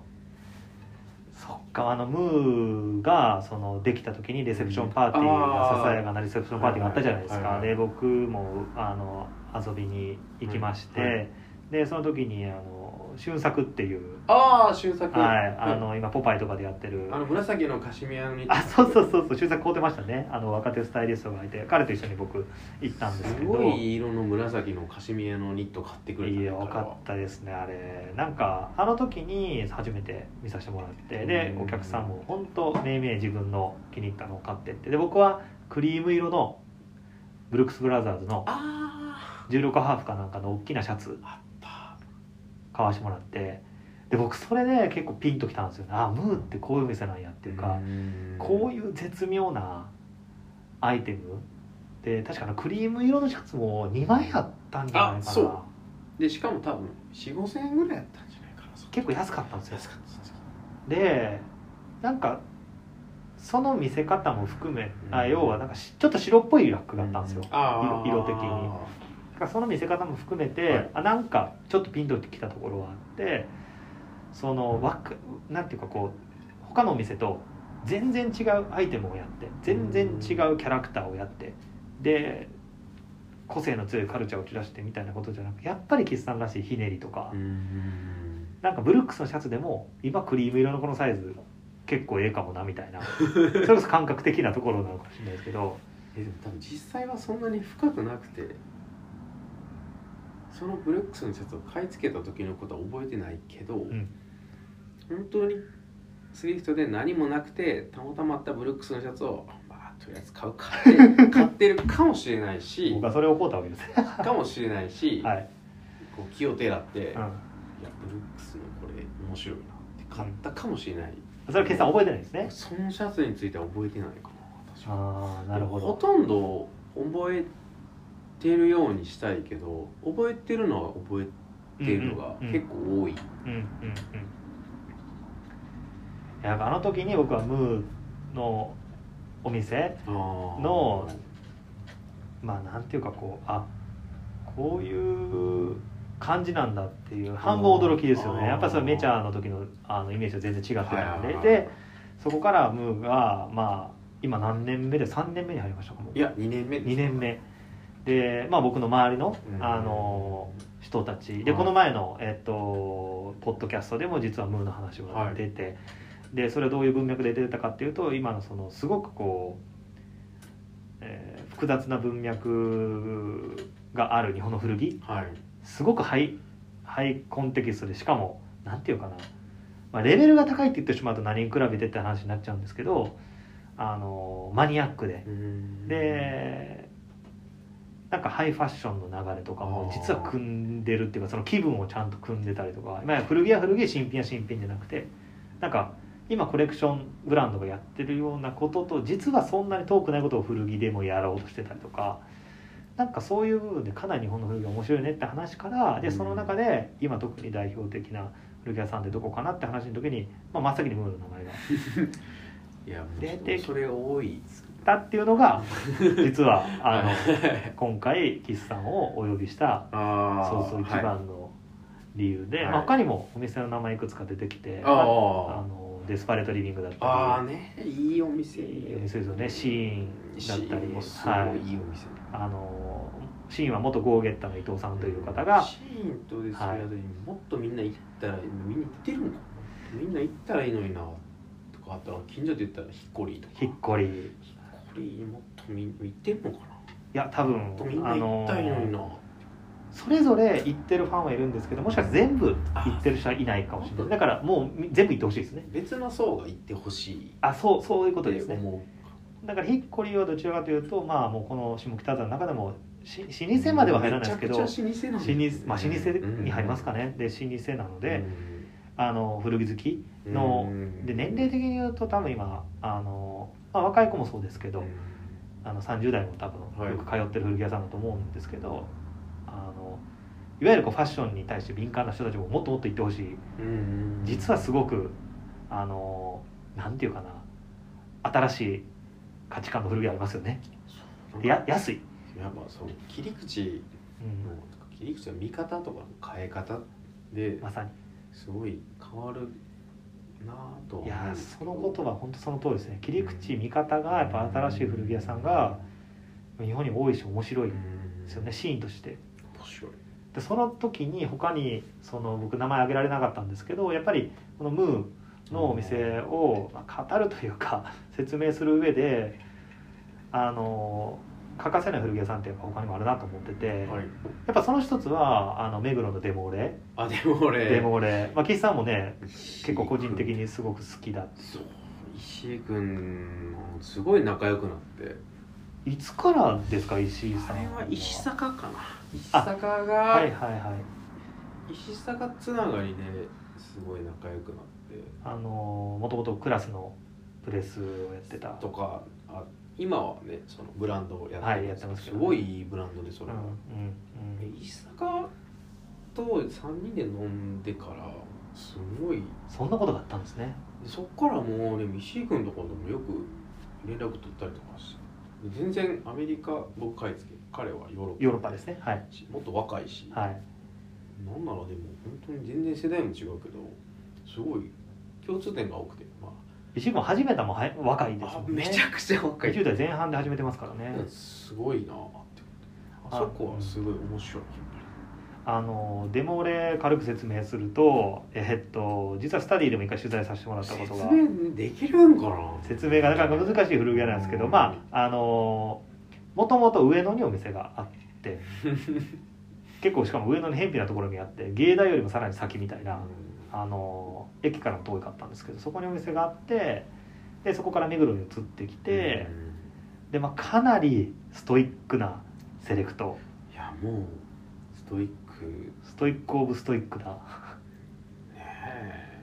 [SPEAKER 3] そっかあのムーがそのできた時にレセプションパーティー
[SPEAKER 2] あ
[SPEAKER 3] が
[SPEAKER 2] ー
[SPEAKER 3] ささやかなレセプションパーティーがあったじゃないです
[SPEAKER 2] はい
[SPEAKER 3] か
[SPEAKER 2] はい
[SPEAKER 3] で僕もあの遊びに行きまして、
[SPEAKER 2] うんはい
[SPEAKER 3] でその時にあの俊作っていう、
[SPEAKER 2] ああ俊作
[SPEAKER 3] はい、
[SPEAKER 2] あ
[SPEAKER 3] あ
[SPEAKER 2] の
[SPEAKER 3] の今「ポパイ」とかでやってる
[SPEAKER 2] あの紫のカシミヤのニット
[SPEAKER 3] あそうそうそうそう俊作買うてましたねあの若手スタイリストがいて彼と一緒に僕行ったんですけ
[SPEAKER 2] す
[SPEAKER 3] ど
[SPEAKER 2] ごい色の紫のカシミヤのニット買ってくれた
[SPEAKER 3] い
[SPEAKER 2] ね
[SPEAKER 3] や分
[SPEAKER 2] 彼は
[SPEAKER 3] かったですねあれなんかあの時に初めて見させてもらってで
[SPEAKER 2] うん
[SPEAKER 3] お客さんも本当めいめい自分の気に入ったのを買ってってで僕はクリーム色のブルックス・ブラザーズの
[SPEAKER 2] あ
[SPEAKER 3] 16ハーフかなんかの大きなシャツ
[SPEAKER 2] あ
[SPEAKER 3] 買わしてもらってで僕それで結構ピンときたんですよねあムーってこういう店なんやっていうか、こう
[SPEAKER 2] い
[SPEAKER 3] いう絶妙なアイテムで確かあのクリーム色のシャツも2枚あったんじゃない
[SPEAKER 2] あ
[SPEAKER 3] か
[SPEAKER 2] そ
[SPEAKER 3] な
[SPEAKER 2] うでしかも多分4 5千円ぐらいやったんじゃないかなそこ
[SPEAKER 3] 結構安かったんですよ
[SPEAKER 2] 安かったです
[SPEAKER 3] でなんかその見せ方も含め、あ
[SPEAKER 2] うん
[SPEAKER 3] 要はなんかしちょっと白っぽいラックだったんですよ、
[SPEAKER 2] うん
[SPEAKER 3] 色色的にだからその見せ方も含めて、
[SPEAKER 2] はい
[SPEAKER 3] あなんかちょっとピンときたところはあってそのわかなんていうかこう他のお店と全然違うアイテムをやって全然違うキャラクターをやってで個性の強いカルチャーを切らしてみたいなことじゃなくやっぱり岸さんらしいひねりとか、
[SPEAKER 2] うん
[SPEAKER 3] なんかブルックスのシャツでも今クリーム色のこのサイズ結構ええかもなみた いなそれこそ感覚的なところなのかもしれないですけど
[SPEAKER 2] えでも多分実際はそんなに深くなくてそのブルックスのシャツを買い付けた時のことは覚えてないけど、
[SPEAKER 3] ん
[SPEAKER 2] 本当にスリフトで何もなくてたまたまあったブルックスのシャツをまあとりあえず買うかって 買ってるかもしれないし
[SPEAKER 3] 僕はそれを怒ったわけですね。
[SPEAKER 2] かもしれないし、
[SPEAKER 3] はい
[SPEAKER 2] こう気をてらって、いや
[SPEAKER 3] う
[SPEAKER 2] ブルックスのこれ面白いなって買ったかもしれない、
[SPEAKER 3] ん、それは決算覚えてないですね
[SPEAKER 2] そのシャツについては覚えてないかな私は
[SPEAKER 3] ああなるほ
[SPEAKER 2] ほ
[SPEAKER 3] ど
[SPEAKER 2] とんど覚えてるようにしたいけど覚えてるのは覚えてるのが
[SPEAKER 3] うんうん
[SPEAKER 2] 結構多い、
[SPEAKER 3] うんうんうんいやあの時に僕はムーのお店のまあなんていうかこうあこういう感じなんだっていう半分驚きですよ
[SPEAKER 2] あ
[SPEAKER 3] ね
[SPEAKER 2] ー
[SPEAKER 3] やっぱりそれメチャーの時のあのイメージと全然違ってたんで、
[SPEAKER 2] はいはいはい
[SPEAKER 3] でそこからムーがまあ今何年目で3年目に入りましたかも
[SPEAKER 2] いや2年目
[SPEAKER 3] 2年目で、まあ、僕の周りの、
[SPEAKER 2] うん
[SPEAKER 3] あの人たちで、
[SPEAKER 2] はい
[SPEAKER 3] この前の、えっと、ポッドキャストでも実はムーの話が出て、でそれはどういう文脈で出てたかっていうと今のそのすごくこう、えー複雑な文脈がある日本の古着
[SPEAKER 2] はい
[SPEAKER 3] すごくハイハイコンテキストでしかもなんていうかな、まあ、レベルが高いって言ってしまうと何に比べてって話になっちゃうんですけどあのマニアックで。でなんかハイファッションの流れとかも
[SPEAKER 2] あー
[SPEAKER 3] 実は組んでるっていうかその気分をちゃんと組んでたりとか今や古着は古着新品は新品じゃなくてなんか今コレクションブランドがやってるようなことと実はそんなに遠くないことを古着でもやろうとしてたりとかなんかそういう部分でかなり日本の古着が面白いねって話からでその中で今特に代表的な古着屋さんってどこかなって話の時に、まあ、真っ先にムーの名前が
[SPEAKER 2] いやもう
[SPEAKER 3] 出てき
[SPEAKER 2] それ多いです
[SPEAKER 3] だっていうのが実はあ の
[SPEAKER 2] の
[SPEAKER 3] 今回岸さんをお呼びした
[SPEAKER 2] あ
[SPEAKER 3] そうそう一
[SPEAKER 2] はい
[SPEAKER 3] 番の理由
[SPEAKER 2] は
[SPEAKER 3] で、
[SPEAKER 2] い
[SPEAKER 3] まあ、他にもお店の名前いくつか出てきて
[SPEAKER 2] あ
[SPEAKER 3] まああ
[SPEAKER 2] ー
[SPEAKER 3] のデスパレートリビングだっ
[SPEAKER 2] あ
[SPEAKER 3] た
[SPEAKER 2] ーねいいお店
[SPEAKER 3] りいいお店ですよねシーンだ
[SPEAKER 2] シ
[SPEAKER 3] った
[SPEAKER 2] ーン
[SPEAKER 3] り
[SPEAKER 2] もすごい
[SPEAKER 3] は
[SPEAKER 2] い
[SPEAKER 3] い
[SPEAKER 2] いお店、
[SPEAKER 3] あのシーンは元ゴーゲッタの伊藤さんという方が
[SPEAKER 2] シーンとですけど、もっとみんな行ったらみんな行ってるのかなみんな行ったらいいのになとかあったら近所で言ったらヒッコリーとか
[SPEAKER 3] ひっこりい
[SPEAKER 2] ヒッコリーもっとみんな行ってんのかな
[SPEAKER 3] や多
[SPEAKER 2] もっとみん
[SPEAKER 3] 分
[SPEAKER 2] な
[SPEAKER 3] あ
[SPEAKER 2] 行っ
[SPEAKER 3] の
[SPEAKER 2] たらいいのにな、
[SPEAKER 3] それぞれ行ってるファンはいるんですけどもしかしたら全部行ってる人はいないかもしれないだからもう全部行ってほしいですね
[SPEAKER 2] 別の層が行ってほしい
[SPEAKER 3] あそうそういうことで
[SPEAKER 2] っ
[SPEAKER 3] す
[SPEAKER 2] て
[SPEAKER 3] ね
[SPEAKER 2] 思
[SPEAKER 3] だからひっこりはどちらかというとまあもうこの下北沢の中でもし
[SPEAKER 2] う
[SPEAKER 3] 老舗までは入らないですけど
[SPEAKER 2] めちゃくちゃ老舗
[SPEAKER 3] 老舗
[SPEAKER 2] なんですね
[SPEAKER 3] まあ、老舗に入りますかね、で老舗なの
[SPEAKER 2] うん
[SPEAKER 3] で、あの古着好き
[SPEAKER 2] うん
[SPEAKER 3] の
[SPEAKER 2] うん
[SPEAKER 3] で年齢的に言うと多分今あの、まあ、若い子もそうですけど、
[SPEAKER 2] うん
[SPEAKER 3] あの30代も多
[SPEAKER 2] は
[SPEAKER 3] 分
[SPEAKER 2] い
[SPEAKER 3] よく通ってる古着屋さんだと思うんですけど、あのいわゆるこうファッションに対して敏感な人たちももっともっと行ってほしい
[SPEAKER 2] うん
[SPEAKER 3] 実はすごくあのなんていうかな新しい価値観の古着ありますよね
[SPEAKER 2] なんか
[SPEAKER 3] でや安い、
[SPEAKER 2] やっぱその切り口
[SPEAKER 3] うん
[SPEAKER 2] の切り口の見方とかの変え方で
[SPEAKER 3] まさに
[SPEAKER 2] すごい変わるなぁとはい
[SPEAKER 3] や
[SPEAKER 2] 思う
[SPEAKER 3] ーその言葉本当その通りですね切り口見方がやっぱ新しい古着屋さんが日本に多いし面白
[SPEAKER 2] う
[SPEAKER 3] い
[SPEAKER 2] ん
[SPEAKER 3] んですよねシーンとして
[SPEAKER 2] 面白い
[SPEAKER 3] でその時に他にその僕名前挙げられなかったんですけどやっぱりこのムーのお店をまあ語るというか 説明する上であの欠かせない古着屋さんってやっぱ他にもあるなと思ってて
[SPEAKER 2] はい
[SPEAKER 3] やっぱその一つはあの目黒のデモーレ
[SPEAKER 2] あでも俺
[SPEAKER 3] デモーレまあ岸さんもね結
[SPEAKER 2] 結
[SPEAKER 3] 構個人的にすごく好きだ
[SPEAKER 2] そう石井君すごい仲良くなって
[SPEAKER 3] いつからですか石井さ
[SPEAKER 2] あ
[SPEAKER 3] ん
[SPEAKER 2] れは石坂かな石
[SPEAKER 3] あ
[SPEAKER 2] 坂
[SPEAKER 3] はい
[SPEAKER 2] が
[SPEAKER 3] はいはい
[SPEAKER 2] 石坂つながりですごい仲良くなって
[SPEAKER 3] あのもともとクラスのプレスをやってた
[SPEAKER 2] とかあ今はねそのブランドをや
[SPEAKER 3] は
[SPEAKER 2] っ
[SPEAKER 3] い
[SPEAKER 2] てま
[SPEAKER 3] やっ
[SPEAKER 2] す
[SPEAKER 3] て
[SPEAKER 2] け
[SPEAKER 3] ま
[SPEAKER 2] ど
[SPEAKER 3] すけ
[SPEAKER 2] す
[SPEAKER 3] どね
[SPEAKER 2] ごいいいブランドでそ
[SPEAKER 3] うん
[SPEAKER 2] れ
[SPEAKER 3] う
[SPEAKER 2] は
[SPEAKER 3] んうん
[SPEAKER 2] 石坂と3人で飲んでからすごい
[SPEAKER 3] そんなことがあったんですね
[SPEAKER 2] そっからもうでも石井君とかでもよく連絡取ったりとかして全然アメリカ僕買い付け彼はヨーロッパ
[SPEAKER 3] ヨーロッパですねはい
[SPEAKER 2] しもっと若いし、
[SPEAKER 3] はい
[SPEAKER 2] なんならでも本当に全然世代も違うけどすごい共通点が多くて、ま
[SPEAKER 3] 石井君始めたもんはい若い
[SPEAKER 2] あ
[SPEAKER 3] です
[SPEAKER 2] あ
[SPEAKER 3] もんね
[SPEAKER 2] めちゃくちゃ若い
[SPEAKER 3] 20代前半で始めてますからね、
[SPEAKER 2] すごいなあってあそこはすごい面白い
[SPEAKER 3] あのデモで軽く説明するとえっと実はスタディでも一回取材させてもらったこと
[SPEAKER 2] 説
[SPEAKER 3] が
[SPEAKER 2] 明できるんかな
[SPEAKER 3] 説明がなかなか難しい古着屋なんですけどまああのもともと上野にお店があって結構しかも上野に偏僻なところにあって芸大よりもさらに先みたいな、あの駅からも遠かったんですけどそこにお店があってでそこから目黒に移ってきて、でまあ、かなりストイックなセレクト
[SPEAKER 2] いやもうストイック
[SPEAKER 3] ストイック・オブ・ストイックな
[SPEAKER 2] ね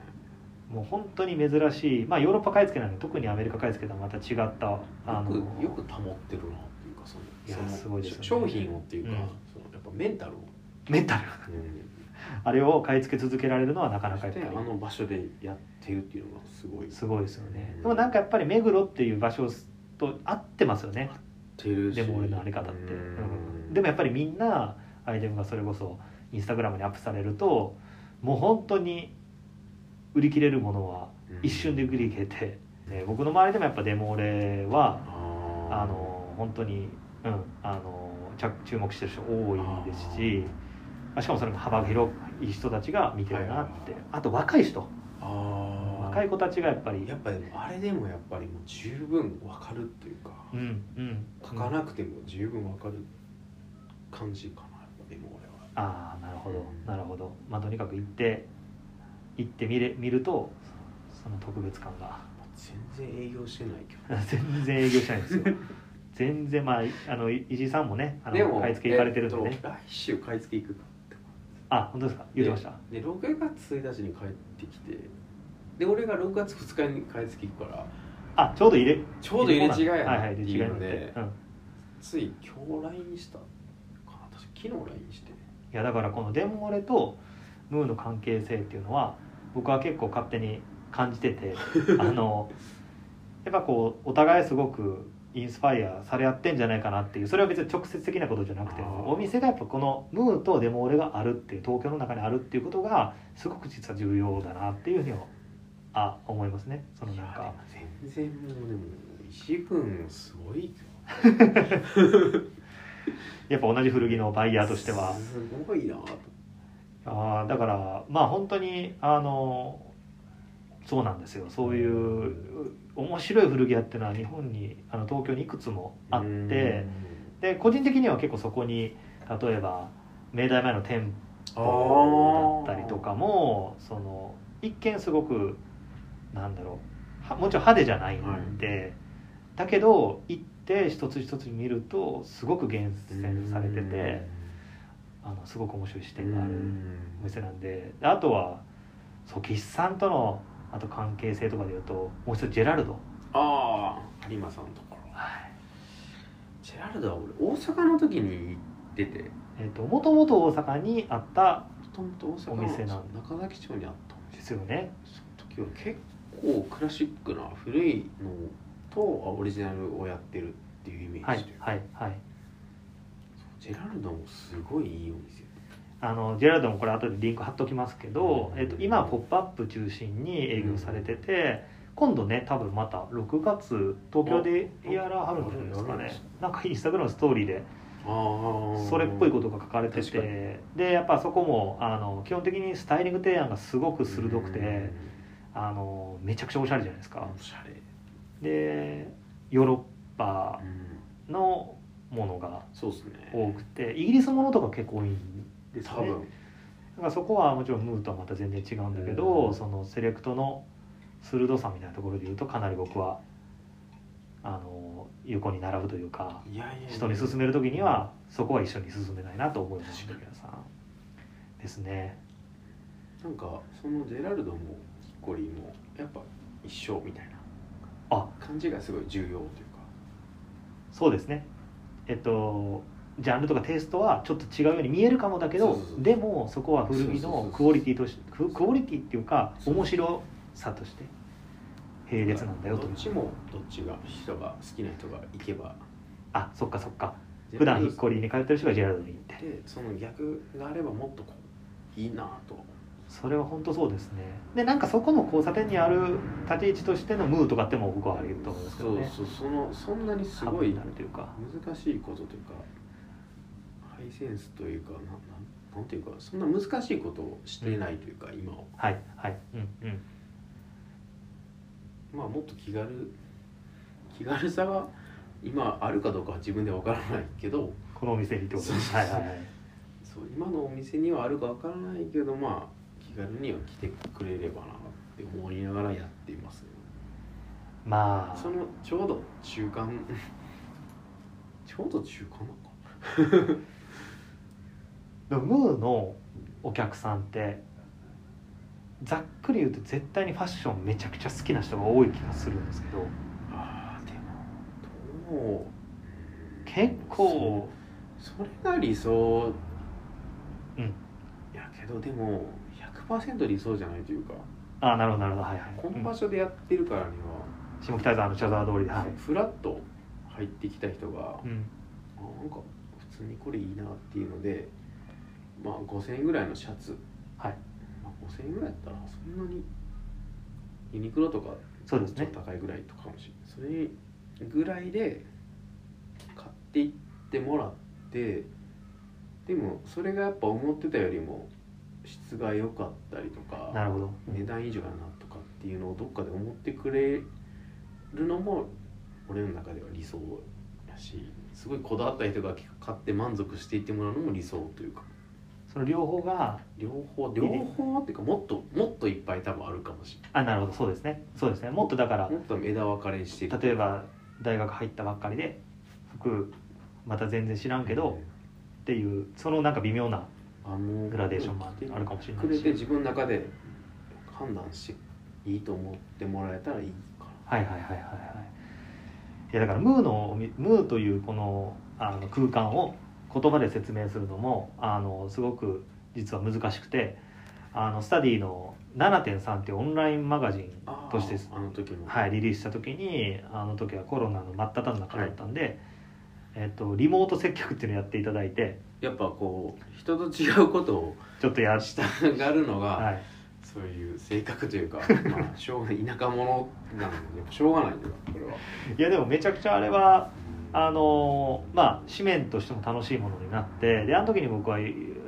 [SPEAKER 3] もう本当に珍しい、まあ、ヨーロッパ買い付けなので特にアメリカ買い付けとはまた違った
[SPEAKER 2] よ
[SPEAKER 3] あの
[SPEAKER 2] くよく保ってるなっていうかその
[SPEAKER 3] いや
[SPEAKER 2] その
[SPEAKER 3] すごいですよね
[SPEAKER 2] 商品をっていうか、
[SPEAKER 3] うん
[SPEAKER 2] そのやっぱメンタルを、
[SPEAKER 3] メンタルあれを買い付け続けられるのはなかな
[SPEAKER 2] そ
[SPEAKER 3] かや
[SPEAKER 2] し
[SPEAKER 3] っぱ
[SPEAKER 2] て
[SPEAKER 3] り
[SPEAKER 2] あの場所でやってるっていうのがすごい
[SPEAKER 3] すごいですよね、
[SPEAKER 2] うん
[SPEAKER 3] でもなんかやっぱり目黒っていう場所と合ってますよね
[SPEAKER 2] てるし
[SPEAKER 3] でも俺のあり方って、
[SPEAKER 2] うん
[SPEAKER 3] うんでもやっぱりみんなアイテムがそれこそインスタグラムにアップされるともう本当に売り切れるものは
[SPEAKER 2] うん
[SPEAKER 3] 一瞬で売り切れて、ね、僕の周りでもやっぱデモレは
[SPEAKER 2] あー
[SPEAKER 3] あの本当に、うん、あの着注目してる人多いですしまあしかもそれも幅広い人たちが見てるなって、
[SPEAKER 2] はい
[SPEAKER 3] あと若い人
[SPEAKER 2] あー
[SPEAKER 3] 若い子たちがやっぱり
[SPEAKER 2] やっぱでもあれでもやっぱりもう十分わかるっていうか、
[SPEAKER 3] うんうん
[SPEAKER 2] 書かなくても十分わかる感じかなやっぱでも俺は
[SPEAKER 3] ああなるほど
[SPEAKER 2] うん
[SPEAKER 3] なるほどまあとにかく行って行ってみれ見るとその特別感が
[SPEAKER 2] 全然営業してないけど
[SPEAKER 3] 全然営業しないんですよ全然まあいあのい石井さんもねあ
[SPEAKER 2] で
[SPEAKER 3] の
[SPEAKER 2] も
[SPEAKER 3] 買い付け行かれてるんで
[SPEAKER 2] え
[SPEAKER 3] ね
[SPEAKER 2] っ、と来週買い付け行く
[SPEAKER 3] あ本当ですか言ってました
[SPEAKER 2] で6月1日に帰ってきてで俺が6月2日に買い付け行くから
[SPEAKER 3] あちょうど入れ
[SPEAKER 2] ちょうど入れ違い
[SPEAKER 3] はい
[SPEAKER 2] や
[SPEAKER 3] は
[SPEAKER 2] ないって
[SPEAKER 3] 入れ
[SPEAKER 2] い
[SPEAKER 3] 違いうな
[SPEAKER 2] の
[SPEAKER 3] ん
[SPEAKER 2] で、
[SPEAKER 3] で、うん、い
[SPEAKER 2] つい今日 LINE したかな私昨日 LINE して
[SPEAKER 3] やだからこのデンモレとムーの関係性っていうのは僕は結構勝手に感じ ててあのやっぱこうお互いすごくインスパイアされ合ってんじゃないかなっていうそれは別に直接的なことじゃなくて
[SPEAKER 2] あー
[SPEAKER 3] お店がやっぱこのムーとデモレがあるっていう東京の中にあるっていうことがすごく実は重要だなっていうふうにあ思いますねそのなん
[SPEAKER 2] いや
[SPEAKER 3] か
[SPEAKER 2] 全然もうでも石井君すごいよ
[SPEAKER 3] やっぱ同じ古着のバイヤーとしては
[SPEAKER 2] すごいなと
[SPEAKER 3] あーだからまあ本当にあのそうなんですよそういう面白い古着屋っていうのは日本にあの東京にいくつもあってで個人的には結構そこに例えば明大前の店
[SPEAKER 2] あ
[SPEAKER 3] 舗
[SPEAKER 2] ー
[SPEAKER 3] だったりとかもその一見すごくなんだろうはもちろん派手じゃないんで、だけど行って一つ一つ見るとすごく厳選されててあのすごく面白い視点がある。お店なんでであとはそう岸さんとのあと関係性とかでいうともう一つジェラルド
[SPEAKER 2] ああ有馬さんのところ
[SPEAKER 3] はい
[SPEAKER 2] ジェラルドは俺大阪の時に行ってて
[SPEAKER 3] えっともともと大阪にあった
[SPEAKER 2] もともと大阪
[SPEAKER 3] お
[SPEAKER 2] の
[SPEAKER 3] 店なん
[SPEAKER 2] 中崎町にあったお
[SPEAKER 3] ん
[SPEAKER 2] 店
[SPEAKER 3] ですよね
[SPEAKER 2] その時は結構クラシックな古いのとオリジナルをやってるっていうイメ
[SPEAKER 3] は
[SPEAKER 2] ージ
[SPEAKER 3] い
[SPEAKER 2] で、
[SPEAKER 3] はいはい
[SPEAKER 2] ジェラルドもすごいいいお店
[SPEAKER 3] あのジェラルドもこれ後でリンク貼っときますけど、
[SPEAKER 2] うん
[SPEAKER 3] えっと今は「ポップアップ中心に営業されてて、今度ね多分また6月東京でやらはるんじゃないですか
[SPEAKER 2] ああるん
[SPEAKER 3] ね
[SPEAKER 2] です
[SPEAKER 3] なんかインスタグラムのストーリーで
[SPEAKER 2] ああ
[SPEAKER 3] それっぽいことが書かれて
[SPEAKER 2] 確か
[SPEAKER 3] てでやっぱそこもあの基本的にスタイリング提案がすごく鋭くて。あのめちゃくちゃおしゃれじゃないですか
[SPEAKER 2] おしゃれ、
[SPEAKER 3] でヨーロッパのものが
[SPEAKER 2] そうですね
[SPEAKER 3] 多くてイギリスものとか結構多いんです
[SPEAKER 2] 多
[SPEAKER 3] ね
[SPEAKER 2] 分
[SPEAKER 3] だからそこはもちろんムーとはまた全然違うんだけど、
[SPEAKER 2] うん
[SPEAKER 3] そのセレクトの鋭さみたいなところで言うとかなり僕はあの横に並ぶというか
[SPEAKER 2] いやいや
[SPEAKER 3] 人に勧める時にはそこは一緒に進めないなと思います
[SPEAKER 2] 確かに
[SPEAKER 3] 皆さんですね
[SPEAKER 2] なんかそのジェラルドもヒッコリーもやっぱ一緒みたいな
[SPEAKER 3] あ
[SPEAKER 2] 感じがすごい重要というか
[SPEAKER 3] そうですねえっとジャンルとかテイストはちょっと違うように見えるかもだけ
[SPEAKER 2] そ
[SPEAKER 3] ど
[SPEAKER 2] うそうそう
[SPEAKER 3] でもそこは古着
[SPEAKER 2] そうそうそうそ
[SPEAKER 3] の
[SPEAKER 2] う
[SPEAKER 3] クオリティとしてククオリティっていうか面白さとして並列なんだよと
[SPEAKER 2] どっちもどっちが人が好きな人が行けば
[SPEAKER 3] あそっかそっか普段ヒッコリーに通ってる人がジェラルドに行って
[SPEAKER 2] でその逆があればもっとこういいなぁと
[SPEAKER 3] それは本当そうですねでなんかそこの交差点にある立ち位置としてのムーとかっても僕はあり得ると思うんですけどね
[SPEAKER 2] そうそうそのそんなにす
[SPEAKER 3] ハブ
[SPEAKER 2] ごい
[SPEAKER 3] になるというか
[SPEAKER 2] 難しいことというかハイセンスというかなんなんなんていうかそんな難しいことをしてないというか、今を
[SPEAKER 3] はいはいうんうん
[SPEAKER 2] まあもっと気軽気軽さが今あるかどうかは自分では分からないけど
[SPEAKER 3] このお店にってことです
[SPEAKER 2] そう
[SPEAKER 3] は
[SPEAKER 2] そうそう
[SPEAKER 3] いはいはい
[SPEAKER 2] そう今のお店にはあるか分からないけどまあ気軽には来てくれればなって思いながらやっています、ね、
[SPEAKER 3] まあ
[SPEAKER 2] そのちょうど中間 ちょうど中間なのか
[SPEAKER 3] でもムーのお客さんってざっくり言うと絶対にファッションめちゃくちゃ好きな人が多い気がするんですけど
[SPEAKER 2] あーでもどう
[SPEAKER 3] 結構
[SPEAKER 2] それが理想
[SPEAKER 3] うん
[SPEAKER 2] いやけどでも100%理想じゃないというか
[SPEAKER 3] ああなるほどなるほどはいはい、
[SPEAKER 2] この
[SPEAKER 3] う
[SPEAKER 2] 場
[SPEAKER 3] ん
[SPEAKER 2] 所でやってるからに
[SPEAKER 3] 下北沢の茶沢通りで
[SPEAKER 2] は、
[SPEAKER 3] はい、
[SPEAKER 2] フラッと入ってきた人が、
[SPEAKER 3] うん、
[SPEAKER 2] あなんか普通にこれいいなっていうのでまあ5000円ぐらいのシャツ、
[SPEAKER 3] はい
[SPEAKER 2] まあ、5000円ぐらいだったらそんなにユニクロとか
[SPEAKER 3] そうですね
[SPEAKER 2] ちょっと高いぐらいとかもしれないそれぐらいで買っていってもらってでもそれがやっぱ思ってたよりも質が良かったりと
[SPEAKER 3] な
[SPEAKER 2] か
[SPEAKER 3] るほど、
[SPEAKER 2] 値段以上だなとかっていうのをどっかで思ってくれるのも俺の中では理想だしすごいこだわった人が買って満足していってもらうのも理想というか
[SPEAKER 3] その両方が
[SPEAKER 2] 両方両方っていうかもっともっといっぱい多分あるかもしれ
[SPEAKER 3] あなるほどそうですねそうですねもっとだから
[SPEAKER 2] ないもっと枝分かれしていく
[SPEAKER 3] 例えば大学入ったばっかりで服また全然知らんけどっていうそのなんか微妙な
[SPEAKER 2] あの
[SPEAKER 3] グラデーションもあるかもしれないし
[SPEAKER 2] くれて自分の中で判断していいと思ってもらえたらいいか
[SPEAKER 3] はいはいはいはいはいいやだからムーのおみムーというこのあの空間を言葉で説明するのもあのすごく実は難しくてあのスタディの7.3っていうオンラインマガジン
[SPEAKER 2] なあー
[SPEAKER 3] として
[SPEAKER 2] あの時も
[SPEAKER 3] はい、リリースした時にあの時はコロナの真っ只中だったんで、えっと、リモート接客っていうのをやっていただいて
[SPEAKER 2] やっぱこう人と違うことを
[SPEAKER 3] ちょっとやらし
[SPEAKER 2] したがるのが、
[SPEAKER 3] はい、
[SPEAKER 2] そういう性格という か、まあ、しょうが田舎者なのでやっぱしょうがないというかこれは。
[SPEAKER 3] いやでもめちゃくちゃあれはあのーまあ紙面としても楽しいものになってであの時に僕は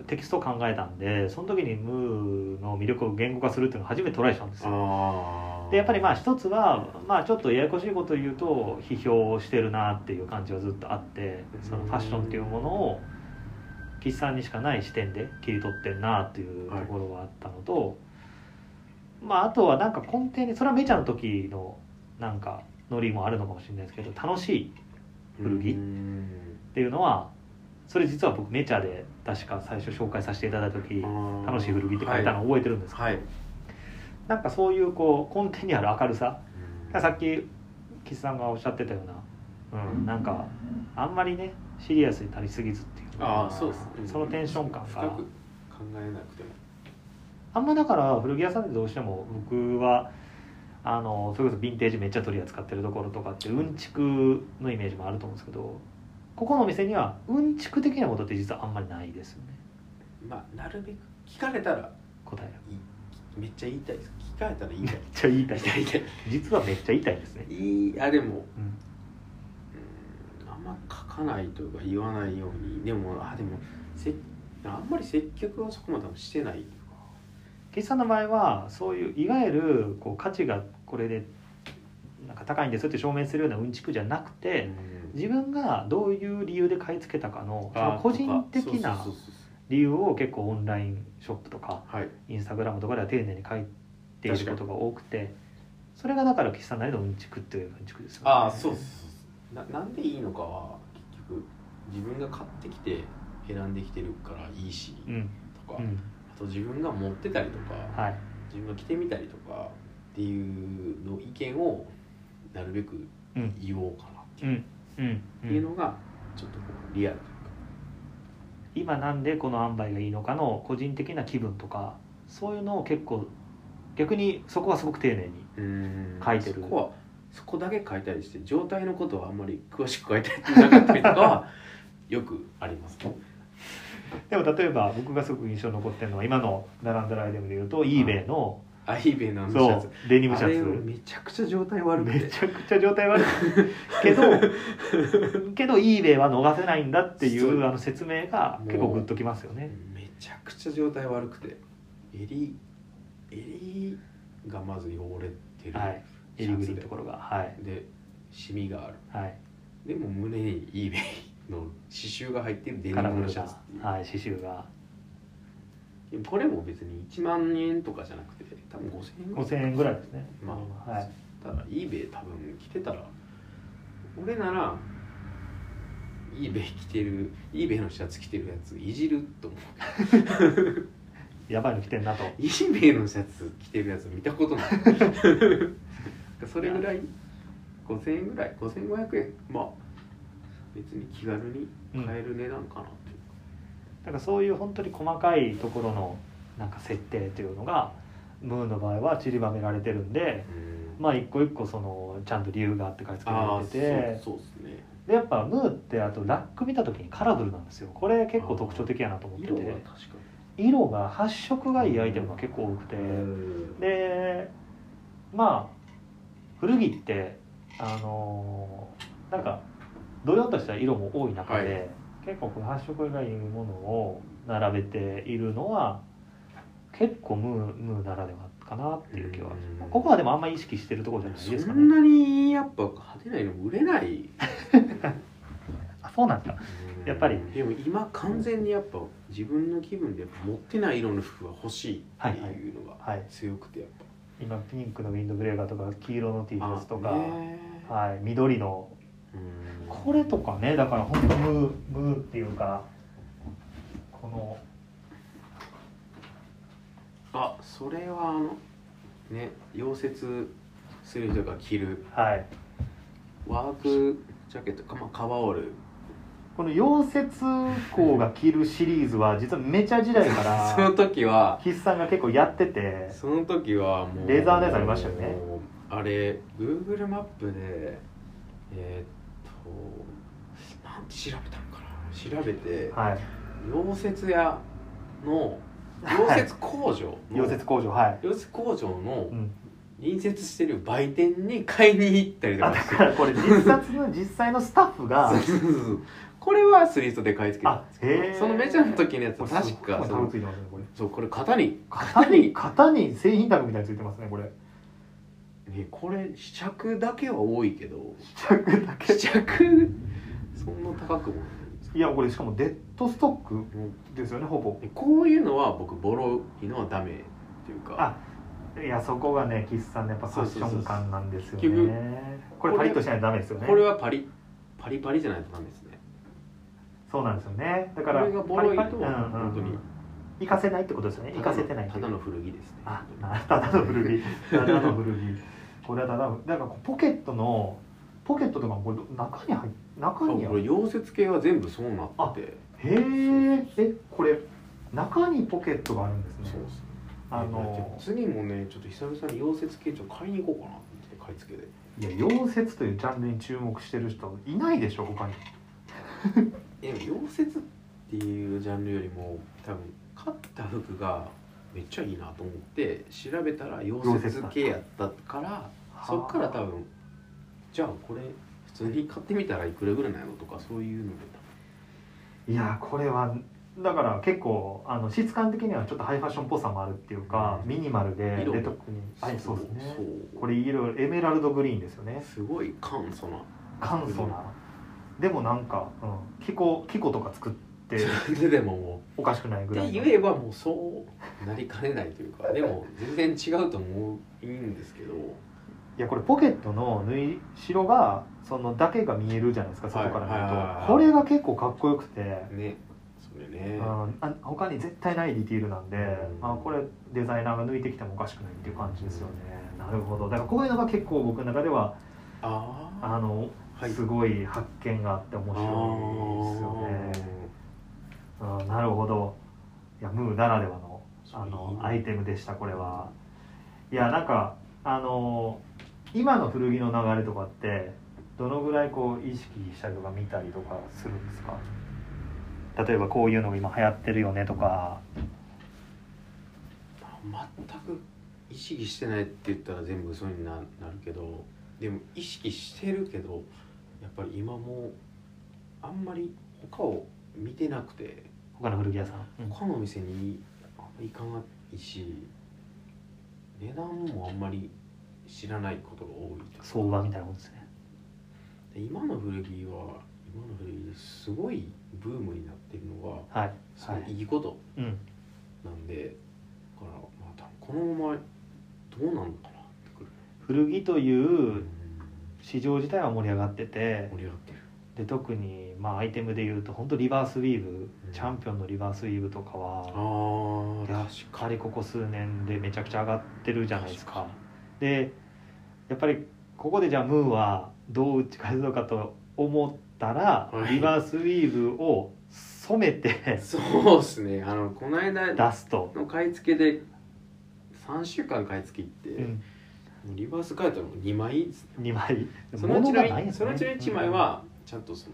[SPEAKER 3] テキストを考えたんでその時にムーの魅力を言語化するっていうのを初めてトライしたんですよ
[SPEAKER 2] あー
[SPEAKER 3] でやっぱりまあ一つはまあちょっとややこしいことを言うと批評してるなっていう感じはずっとあってそのファッションっていうものを岸さんにしかない視点で切り取ってんなっていうところはあったのと、まああとはなんか根底にそれはメちゃんの時のなんかノリもあるのかもしれないですけど楽しい古着
[SPEAKER 2] うん
[SPEAKER 3] っていうのはそれ実は僕メチャで確か最初紹介させていただいた時「楽しい古着」って書いたのを覚えてるんですけど、
[SPEAKER 2] はい、はい
[SPEAKER 3] なんかそういうこう根底にある明るささっき岸さんがおっしゃってたような、うん、なんかあんまりねシリアスになりすぎずっていう
[SPEAKER 2] ああそうですね
[SPEAKER 3] そのテンション感
[SPEAKER 2] 深
[SPEAKER 3] が
[SPEAKER 2] く考えなくても
[SPEAKER 3] あんまだから古着屋さんでどうしても僕はあのそれこそヴィンテージめっちゃ取り扱ってるところとかってうんちくのイメージもあると思うんですけどここのお店にはうんちく的なことって実はあんまりないですよね
[SPEAKER 2] まあなるべく聞かれたら
[SPEAKER 3] 答えが。
[SPEAKER 2] いいめっちゃ言いたいです聞かれたら言い たい
[SPEAKER 3] めっちゃ言いた
[SPEAKER 2] 言
[SPEAKER 3] い
[SPEAKER 2] いたい言いたい
[SPEAKER 3] 実はめっちゃ言いたいですね、
[SPEAKER 2] いいあでも
[SPEAKER 3] うん、
[SPEAKER 2] うんあんま書かないというか言わないようにでもあでもせあんまり接客はそこまでもしてないというか
[SPEAKER 3] 岸さんの場合はそういういわゆるこう価値がこれでなんか高いんですよって証明するようなうんちくじゃなくて、自分がどういう理由で買い付けたかのその個人的な
[SPEAKER 2] そうそうそうそ
[SPEAKER 3] 理由を結構オンラインショップとか
[SPEAKER 2] うはい
[SPEAKER 3] インスタグラムとかでは丁寧に書いていることが多くてそれがだから岸さんなりのうんちくっていううんちくですよね。
[SPEAKER 2] ああそうそうそうななんでいいのかは結局自分が買ってきて選んできてるからいいし
[SPEAKER 3] うん
[SPEAKER 2] とか、
[SPEAKER 3] うん
[SPEAKER 2] あと自分が持ってたりとか、
[SPEAKER 3] はい、
[SPEAKER 2] 自分が着てみたりとかっていうの意見をなるべく
[SPEAKER 3] うん
[SPEAKER 2] 言おうかなって
[SPEAKER 3] うんうんう
[SPEAKER 2] いうの
[SPEAKER 3] ん、
[SPEAKER 2] がちょっとこうリアルというか
[SPEAKER 3] 今なんでこの塩梅がいいのかの個人的な気分とかそういうのを結構逆にそこはすごく丁寧に
[SPEAKER 2] うん
[SPEAKER 3] 書いてる
[SPEAKER 2] そこはそこだけ書いたりして状態のことはあんまり詳しく書いてなかったりとかはよくありますね
[SPEAKER 3] でも例えば僕がすごく印象に残ってるのは今の並んだライデムで言うと eBay の
[SPEAKER 2] アイベのあのシ
[SPEAKER 3] そ
[SPEAKER 2] ャツ
[SPEAKER 3] うデニムシ
[SPEAKER 2] あれ
[SPEAKER 3] ャツ
[SPEAKER 2] めちゃくちゃ状態悪く
[SPEAKER 3] め
[SPEAKER 2] て
[SPEAKER 3] ちゃくちゃ状態悪いけ どけど eBay は逃せないんだってい
[SPEAKER 2] そう
[SPEAKER 3] うあの説明が結構グッときますよね
[SPEAKER 2] めちゃくちゃ状態悪くて襟襟がまず汚れてる、
[SPEAKER 3] はい
[SPEAKER 2] シ
[SPEAKER 3] え
[SPEAKER 2] ャ
[SPEAKER 3] り
[SPEAKER 2] ツで
[SPEAKER 3] ぐりのところがはい
[SPEAKER 2] でシミがある
[SPEAKER 3] はい
[SPEAKER 2] でも胸に eBay の刺繍が入ってるデニ
[SPEAKER 3] カラ
[SPEAKER 2] ム
[SPEAKER 3] フ
[SPEAKER 2] の
[SPEAKER 3] ル
[SPEAKER 2] シャ
[SPEAKER 3] な
[SPEAKER 2] ツっていう、
[SPEAKER 3] はい刺繍が
[SPEAKER 2] でもこれも別に1万円とかじゃなくて多分5000円
[SPEAKER 3] 5000円ぐらいですね
[SPEAKER 2] まあ
[SPEAKER 3] はい
[SPEAKER 2] ただ eBay 多分着てたら俺なら eBay 着てる eBay のシャツ着てるやついじると思う
[SPEAKER 3] やばいの来てんなと
[SPEAKER 2] eBay のシャツ着てるやつ見たこと ないそれぐらい5000円ぐらい5500円まあ別に気軽に買える値段かなっていう
[SPEAKER 3] なんかそういう本当に細かいところのなんか設定というのがムーの場合は散りばめられてるんでまあ一個一個そのちゃんと理由があって買い付けら
[SPEAKER 2] ああ
[SPEAKER 3] れ
[SPEAKER 2] そ
[SPEAKER 3] て
[SPEAKER 2] う
[SPEAKER 3] て
[SPEAKER 2] そうですね
[SPEAKER 3] でやっぱムーってあとラック見た時にカラフルなんですよこれ結構特徴的やなと思って
[SPEAKER 2] 色は確
[SPEAKER 3] て
[SPEAKER 2] か
[SPEAKER 3] 色が発色がいいアイテムが結構多くて
[SPEAKER 2] に、
[SPEAKER 3] でまあ古着ってあのーなんかどよっとした色も多い中で、
[SPEAKER 2] は
[SPEAKER 3] 結構こう発色がいいものを並べているのは結構ムームーならではかなっていう気は
[SPEAKER 2] うん
[SPEAKER 3] ここはでもあんまり意識してるところじゃないです
[SPEAKER 2] そ
[SPEAKER 3] か
[SPEAKER 2] ん
[SPEAKER 3] ね
[SPEAKER 2] なにやっぱ派手な色売れ ない
[SPEAKER 3] あそうなんだやっぱり
[SPEAKER 2] でも今完全にやっぱ自分の気分で持ってない色の服が欲しいっていうのが
[SPEAKER 3] はい
[SPEAKER 2] 強くてやっぱ
[SPEAKER 3] 今ピンクのウィンドブレーカーとか黄色の T シャツとか、
[SPEAKER 2] あね
[SPEAKER 3] はい、緑の
[SPEAKER 2] うん
[SPEAKER 3] これとかねだから本当ムームーっていうかこの
[SPEAKER 2] あそれはあのね溶接する人が着る
[SPEAKER 3] はい
[SPEAKER 2] ワークジャケットかまあカバーオール
[SPEAKER 3] この溶接工が着るシリーズは実はめちゃ時代か
[SPEAKER 2] その
[SPEAKER 3] ら
[SPEAKER 2] 時は
[SPEAKER 3] 筆さんが結構やってて
[SPEAKER 2] その時はもう
[SPEAKER 3] レーザーのやつありましたよね
[SPEAKER 2] もうあれ Google マップでえーっとなんて調べたのかな調べて
[SPEAKER 3] はい
[SPEAKER 2] 溶接屋の溶接工場の
[SPEAKER 3] 溶接工場はい、
[SPEAKER 2] 溶接工場の
[SPEAKER 3] うん、
[SPEAKER 2] 隣接してる売店に買いに行ったりと
[SPEAKER 3] あ
[SPEAKER 2] か
[SPEAKER 3] だ
[SPEAKER 2] して
[SPEAKER 3] からこれ実 冊の実際のスタッフが
[SPEAKER 2] そうそうそうそう これはスリートで買い付けたんですけ
[SPEAKER 3] あへ
[SPEAKER 2] ど
[SPEAKER 3] ー
[SPEAKER 2] そのめちゃの時のやつ
[SPEAKER 3] これ
[SPEAKER 2] 確か
[SPEAKER 3] す
[SPEAKER 2] そ
[SPEAKER 3] ごい
[SPEAKER 2] の
[SPEAKER 3] ついてますねこれ
[SPEAKER 2] そうこれ型に
[SPEAKER 3] 型に型に製品タグみたいについてますねこれ
[SPEAKER 2] ねこれ試着だけは多いけど
[SPEAKER 3] 試着だけ
[SPEAKER 2] 試着そんな高くもないんですけ
[SPEAKER 3] いやこれしかもデッドストック
[SPEAKER 2] どね
[SPEAKER 3] ですよねほぼ
[SPEAKER 2] こういうのは僕ボロいのはダメっていうか
[SPEAKER 3] いやそこがね岸さんのやっぱファッション感なんですよね
[SPEAKER 2] そうそうそう
[SPEAKER 3] これパリッとしないとダメですよね
[SPEAKER 2] これはパリパリパリじゃないとダメですね
[SPEAKER 3] そうなんですよねだから
[SPEAKER 2] これがボロいと
[SPEAKER 3] パリパリうんうん
[SPEAKER 2] 本当に
[SPEAKER 3] 活かせないってことですよね活かせてない
[SPEAKER 2] ただの古着ですね
[SPEAKER 3] あなただの古着ただの古着これはただのだからポケットのポケットとかもこれ中に入っ中
[SPEAKER 2] 本当
[SPEAKER 3] に
[SPEAKER 2] にあ
[SPEAKER 3] や
[SPEAKER 2] これ溶接系は全部そうなってて
[SPEAKER 3] へーえこれ中にポケットがあるんですね
[SPEAKER 2] そうです
[SPEAKER 3] あの
[SPEAKER 2] 次もねちょっと久々に溶接系ちょっと買いに行こうかなって買い付けで
[SPEAKER 3] いや溶接というジャンルに注目してる人いないでしょ他に
[SPEAKER 2] え溶接っていうジャンルよりも多分買った服がめっちゃいいなと思って調べたら溶接系やったからそっから多分じゃあこれ普通に買ってみたらいくらぐらいなのとかそういうので
[SPEAKER 3] いやこれはだから結構あの質感的にはちょっとハイファッションっぽさもあるっていうか、
[SPEAKER 2] うん
[SPEAKER 3] ミニマルで
[SPEAKER 2] 色も
[SPEAKER 3] で特にはいそうですね
[SPEAKER 2] そう
[SPEAKER 3] これ色エメラルドグリーンですよね
[SPEAKER 2] すごい簡素な
[SPEAKER 3] 簡素なでもなんか、うん、キコキコとか作って
[SPEAKER 2] ででもも
[SPEAKER 3] おかしくないぐ
[SPEAKER 2] う
[SPEAKER 3] ら
[SPEAKER 2] って
[SPEAKER 3] いの
[SPEAKER 2] 言えばもうそうなりかねないというかでも全然違うと思ういいんですけど
[SPEAKER 3] いやこれポケットの縫い代がそのだけが見えるじゃないですか
[SPEAKER 2] はい
[SPEAKER 3] 外から見ると、
[SPEAKER 2] はいはいはい
[SPEAKER 3] これが結構かっこよくて、
[SPEAKER 2] ねそれね
[SPEAKER 3] うん、あ他に絶対ないディティールなんで、
[SPEAKER 2] うん
[SPEAKER 3] まあ、これデザイナーが抜いてきてもおかしくないっていう感じですよね、なるほどだからこういうのが結構僕の中では
[SPEAKER 2] ああ
[SPEAKER 3] あの、
[SPEAKER 2] はい
[SPEAKER 3] すごい発見があって面白いですよね。うん、なるほどいやムーならではのあ
[SPEAKER 2] そうい
[SPEAKER 3] の
[SPEAKER 2] う
[SPEAKER 3] アイテムでしたこれはいやなんかあの今の古着の流れとかってどのぐらいこう意識したりとか見たりとかするんですか例えばこういうのが今流行ってるよねとか
[SPEAKER 2] 全く意識してないって言ったら全部そうにななるけどでも意識してるけどやっぱり今もあんまり他を見てなくて
[SPEAKER 3] 他の古着屋さん、
[SPEAKER 2] 他のお店にあんまり行かないし値段もあんまり知らないことが多いと
[SPEAKER 3] 相場みたいなもんですね
[SPEAKER 2] で今の古着は今の古着ですごいブームになってるのが
[SPEAKER 3] はい
[SPEAKER 2] す
[SPEAKER 3] は
[SPEAKER 2] ご
[SPEAKER 3] い
[SPEAKER 2] いいいこと
[SPEAKER 3] うん
[SPEAKER 2] なんで、だからまあ多分このままどうなのかなってくる
[SPEAKER 3] 古着という市場自体は盛り上がってて
[SPEAKER 2] 盛り上がってる
[SPEAKER 3] で特にまあアイテムで言うと本当リバースウィーブ、
[SPEAKER 2] うん
[SPEAKER 3] チャンピオンのリバースウィーブとかは
[SPEAKER 2] あ
[SPEAKER 3] やっぱりここ数年でめちゃくちゃ上がってるじゃないですかでやっぱりここでじゃあムーはどう打ち返すのかと思ったら、
[SPEAKER 2] はい
[SPEAKER 3] リバースウィーブを染め て
[SPEAKER 2] そうですねあのこの間
[SPEAKER 3] 出すと、
[SPEAKER 2] の買い付けで3週間買い付け行って、
[SPEAKER 3] う
[SPEAKER 2] も
[SPEAKER 3] ん、
[SPEAKER 2] うリバースカートの2枚ですね
[SPEAKER 3] 2枚
[SPEAKER 2] そのうち
[SPEAKER 3] 物
[SPEAKER 2] の
[SPEAKER 3] がないんです
[SPEAKER 2] そのうちの
[SPEAKER 3] ね
[SPEAKER 2] 1枚はちゃんとそ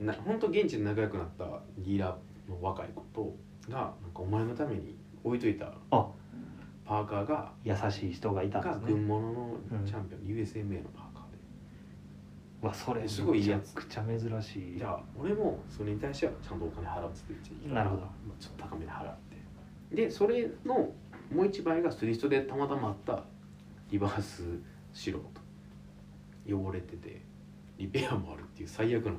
[SPEAKER 2] のな本当現地で仲良くなったディーラーの若い子とがなんかお前のために置いといた
[SPEAKER 3] あ
[SPEAKER 2] パーカーが
[SPEAKER 3] 優しい人がいたんで
[SPEAKER 2] が
[SPEAKER 3] すね
[SPEAKER 2] 軍物の
[SPEAKER 3] うん
[SPEAKER 2] チャンピオン、USMA のパーカーで
[SPEAKER 3] うわそれ
[SPEAKER 2] すごいいいや
[SPEAKER 3] め
[SPEAKER 2] つ
[SPEAKER 3] ちゃくちゃ珍しい
[SPEAKER 2] じゃあ俺もそれに対してはちゃんとお金払うっつって言って
[SPEAKER 3] なるほど
[SPEAKER 2] まあちょっと高めに払ってでそれのもう一倍がスリストでたまたまあったリバース白と汚れててリペアもあるっていう最悪な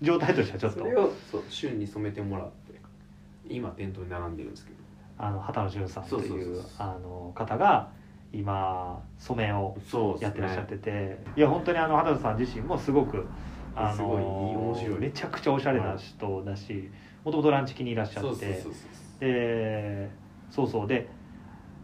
[SPEAKER 3] 状態としては ちょっ
[SPEAKER 2] そ
[SPEAKER 3] と
[SPEAKER 2] れをそう旬に染めてもらって今店頭に並んでるんですけど
[SPEAKER 3] あの畑野潤さんと
[SPEAKER 2] そうそう
[SPEAKER 3] い
[SPEAKER 2] そううそう
[SPEAKER 3] あの方が今染めを
[SPEAKER 2] そう
[SPEAKER 3] やってらっしゃっ
[SPEAKER 2] ね
[SPEAKER 3] てて、いや本当にあの畑野さん自身もすごくあの
[SPEAKER 2] すごい面白い
[SPEAKER 3] めちゃくちゃおしゃれな人だしもともとランチ気にいらっしゃって
[SPEAKER 2] そうそうそうそう
[SPEAKER 3] でそうそうで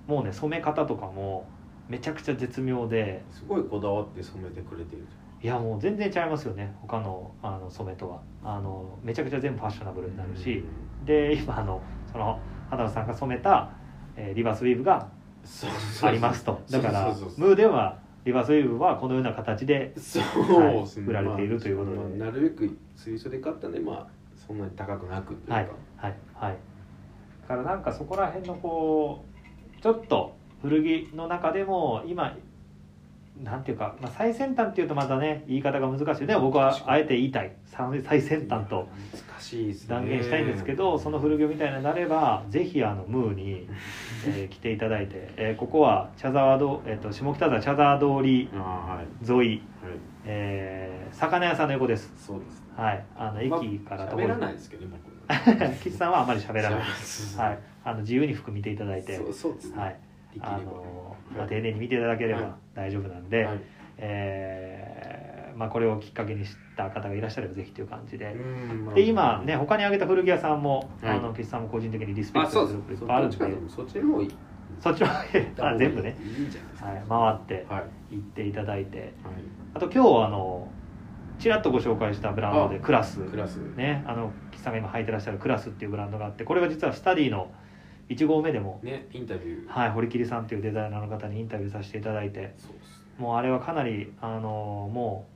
[SPEAKER 3] もうね染め方とかもめちゃくちゃ絶妙です
[SPEAKER 2] ごいこだわって染めてくれてる
[SPEAKER 3] いやもう全然違いますよね他のあの染めとはあのめちゃくちゃ全部ファッショナブルになるし、で今あのその畑野さんが染めた、えーリバースウィーブが
[SPEAKER 2] そうそうそう
[SPEAKER 3] ありますとだから
[SPEAKER 2] そうそうそうそう
[SPEAKER 3] ムーではリバースウィーブはこのような形で
[SPEAKER 2] そうですね、
[SPEAKER 3] 売られているということで
[SPEAKER 2] まあなるべく水素で買ったんでまあそんなに高くなくというか、
[SPEAKER 3] はいはいはいだからなんかそこら辺のこうちょっと古着の中でも今なんていうか、まあ、最先端っていうとまたね言い方が難しいね僕はあえて言いたい最最先端と
[SPEAKER 2] 難しいですね
[SPEAKER 3] 断言したいんですけど、その古着みたいになればぜひあのムーに、 えー来ていただいて、えーここは茶沢道、えー、と下北沢茶沢通り
[SPEAKER 2] あーはい
[SPEAKER 3] 沿
[SPEAKER 2] は
[SPEAKER 3] い、
[SPEAKER 2] い
[SPEAKER 3] えー魚屋さんの横です
[SPEAKER 2] そうですね
[SPEAKER 3] はいあの駅から
[SPEAKER 2] まあ
[SPEAKER 3] と
[SPEAKER 2] 喋らないですけど ね僕
[SPEAKER 3] 岸さんはあまり喋らない、は、
[SPEAKER 2] はい
[SPEAKER 3] あの自由に服見ていただい
[SPEAKER 2] い
[SPEAKER 3] て
[SPEAKER 2] そうそうですね、
[SPEAKER 3] はい、
[SPEAKER 2] できれば
[SPEAKER 3] あ
[SPEAKER 2] ね
[SPEAKER 3] の、
[SPEAKER 2] は
[SPEAKER 3] まあ、
[SPEAKER 2] い
[SPEAKER 3] 丁寧に見ていただけれ
[SPEAKER 2] はい
[SPEAKER 3] ば大丈夫なんで、
[SPEAKER 2] はい
[SPEAKER 3] えーまあ、これをきっかけにした方がいらっしゃればぜひという感じで、
[SPEAKER 2] うんまあ
[SPEAKER 3] で今ね他に挙げた古着屋さんも、
[SPEAKER 2] はい
[SPEAKER 3] あの岸さんも個人的にリスペ
[SPEAKER 2] あ
[SPEAKER 3] ク
[SPEAKER 2] そ
[SPEAKER 3] ト
[SPEAKER 2] う
[SPEAKER 3] す
[SPEAKER 2] です
[SPEAKER 3] るグルー
[SPEAKER 2] そ
[SPEAKER 3] プあるん
[SPEAKER 2] っ
[SPEAKER 3] で
[SPEAKER 2] ちかでもそっちの方いい
[SPEAKER 3] そっちの方へあ全部ね、
[SPEAKER 2] いいんじゃないですか
[SPEAKER 3] はい、回って
[SPEAKER 2] はい、はい
[SPEAKER 3] 行っていただいてあと今日あのちらっとご紹介したブランドで
[SPEAKER 2] あ
[SPEAKER 3] クラス
[SPEAKER 2] クラス、ね、
[SPEAKER 3] ねあの岸さんが今履いてらっしゃるクラスっていうブランドがあってこれは実はスタディの1号目でも、
[SPEAKER 2] インタビュー、
[SPEAKER 3] はい、堀切さんっていうデザイナーの方にインタビューさせていただいて
[SPEAKER 2] そうですね
[SPEAKER 3] もうあれはかなりあのも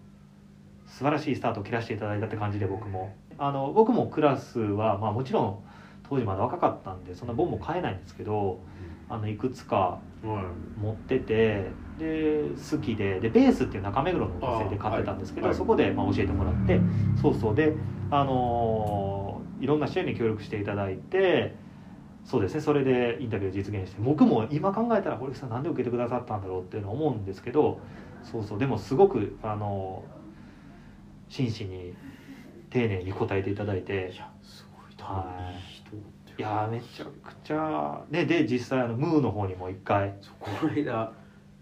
[SPEAKER 3] う素晴らしいスタートを切らせていただいたって感じで僕もあの僕もクラスは、まあ、もちろん当時まだ若かったんでそんなボンボン買えないんですけどあのいくつか
[SPEAKER 2] うんはい
[SPEAKER 3] 持っててで好きででベースっていう中目黒のお店で買ってたんですけど、
[SPEAKER 2] あはい
[SPEAKER 3] そこでまあ教えてもらってそうそうであのーいろんな支援に協力していただいてそうですねそれでインタビューを実現して僕も今考えたら堀木さんなんで受けてくださったんだろうっていうのは思うんですけどそうそうでもすごくあのー真摯に丁寧に答えていただいて
[SPEAKER 2] いやすごい多
[SPEAKER 3] は
[SPEAKER 2] 分
[SPEAKER 3] い
[SPEAKER 2] いい人ってうか
[SPEAKER 3] いやーめちゃくちゃねで実際あのムーの方にも一回、
[SPEAKER 2] そうこの間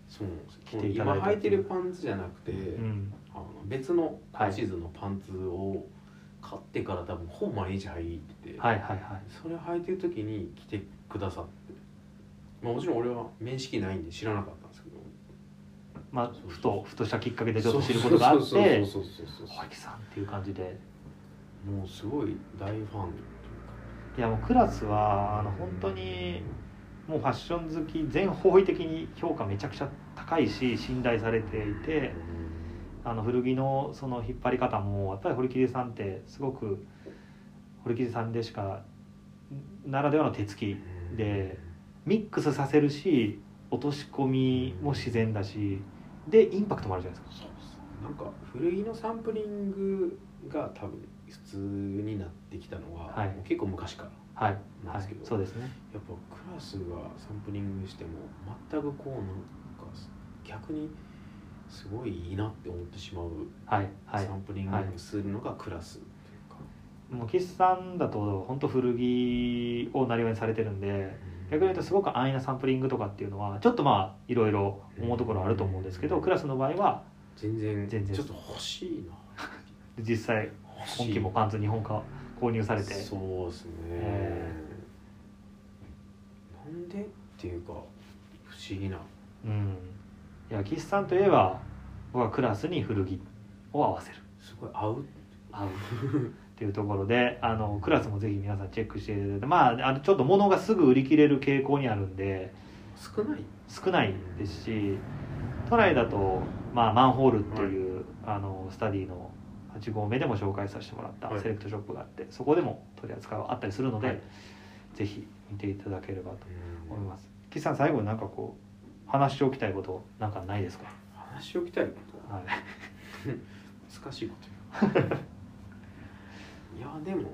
[SPEAKER 2] そう
[SPEAKER 3] 着ていただいた
[SPEAKER 2] 今履いてるパンツじゃなくて、
[SPEAKER 3] うん、
[SPEAKER 2] あの別の
[SPEAKER 3] はい
[SPEAKER 2] 今シーズンのパンツを買ってから多分ほぼ毎日履いてて、
[SPEAKER 3] はいはいはい
[SPEAKER 2] それ履いてる時に来てくださって、まあ、もちろん俺は面識ないんで知らなかったんですけど
[SPEAKER 3] まあ
[SPEAKER 2] そう、そう
[SPEAKER 3] ふとふとしたきっかけでちょっと知ることがあって
[SPEAKER 2] そうそうそうそうそうそうそう
[SPEAKER 3] 「小木さん」っていう感じで
[SPEAKER 2] もうすごい大ファンというか
[SPEAKER 3] いやもうクラスはあの本当にもうファッション好き全方位的に評価めちゃくちゃ高いし信頼されていてあの古着のその引っ張り方もやっぱり堀切さんってすごく堀切さんでしかならではの手つきでミックスさせるし落とし込みも自然だしでインパクトもあるじゃないですか
[SPEAKER 2] そうですねなんか古着のサンプリングが多分普通になってきたのは、
[SPEAKER 3] はい
[SPEAKER 2] もう結構昔から
[SPEAKER 3] はい、
[SPEAKER 2] なん
[SPEAKER 3] は
[SPEAKER 2] です
[SPEAKER 3] い
[SPEAKER 2] け、ど
[SPEAKER 3] そうですね
[SPEAKER 2] やっぱクラスがサンプリングしても全くこうなんか逆にすごいいいなって思ってしまう
[SPEAKER 3] はいはい
[SPEAKER 2] サンプリングをするのがクラスというか、
[SPEAKER 3] もう岸さんだと本当古着をなりわいにされてるんで逆に言うとすごく安易なサンプリングとかっていうのはちょっとまあいろいろ思うところあると思うんですけどクラスの場合は
[SPEAKER 2] 全然
[SPEAKER 3] 全然
[SPEAKER 2] ちょっと欲しいな
[SPEAKER 3] 実際
[SPEAKER 2] 欲しい
[SPEAKER 3] 今季もパンツ2本か購入されて
[SPEAKER 2] そうですね、
[SPEAKER 3] え
[SPEAKER 2] なんでっていうか不思議な
[SPEAKER 3] うんいや岸さんといえば僕はクラスに古着を合わせる
[SPEAKER 2] すごい合う
[SPEAKER 3] 合うっていうところであのクラスもぜひ皆さんチェックしていただいてまああのちょっと物がすぐ売り切れる傾向にあるんで
[SPEAKER 2] 少ない
[SPEAKER 3] 少ないですし都内だと、まあ、マンホールという、あのスタディの8合目でも紹介させてもらった
[SPEAKER 2] はい
[SPEAKER 3] セレクトショップがあって、そこでも取り扱いはあったりするので、
[SPEAKER 2] はい
[SPEAKER 3] ぜひ見ていただければと思います岸さん最後になんかこう話しておきたいことなんかないですか、
[SPEAKER 2] 話しておきたいこと
[SPEAKER 3] はい、
[SPEAKER 2] 難しいこと 言ういやでも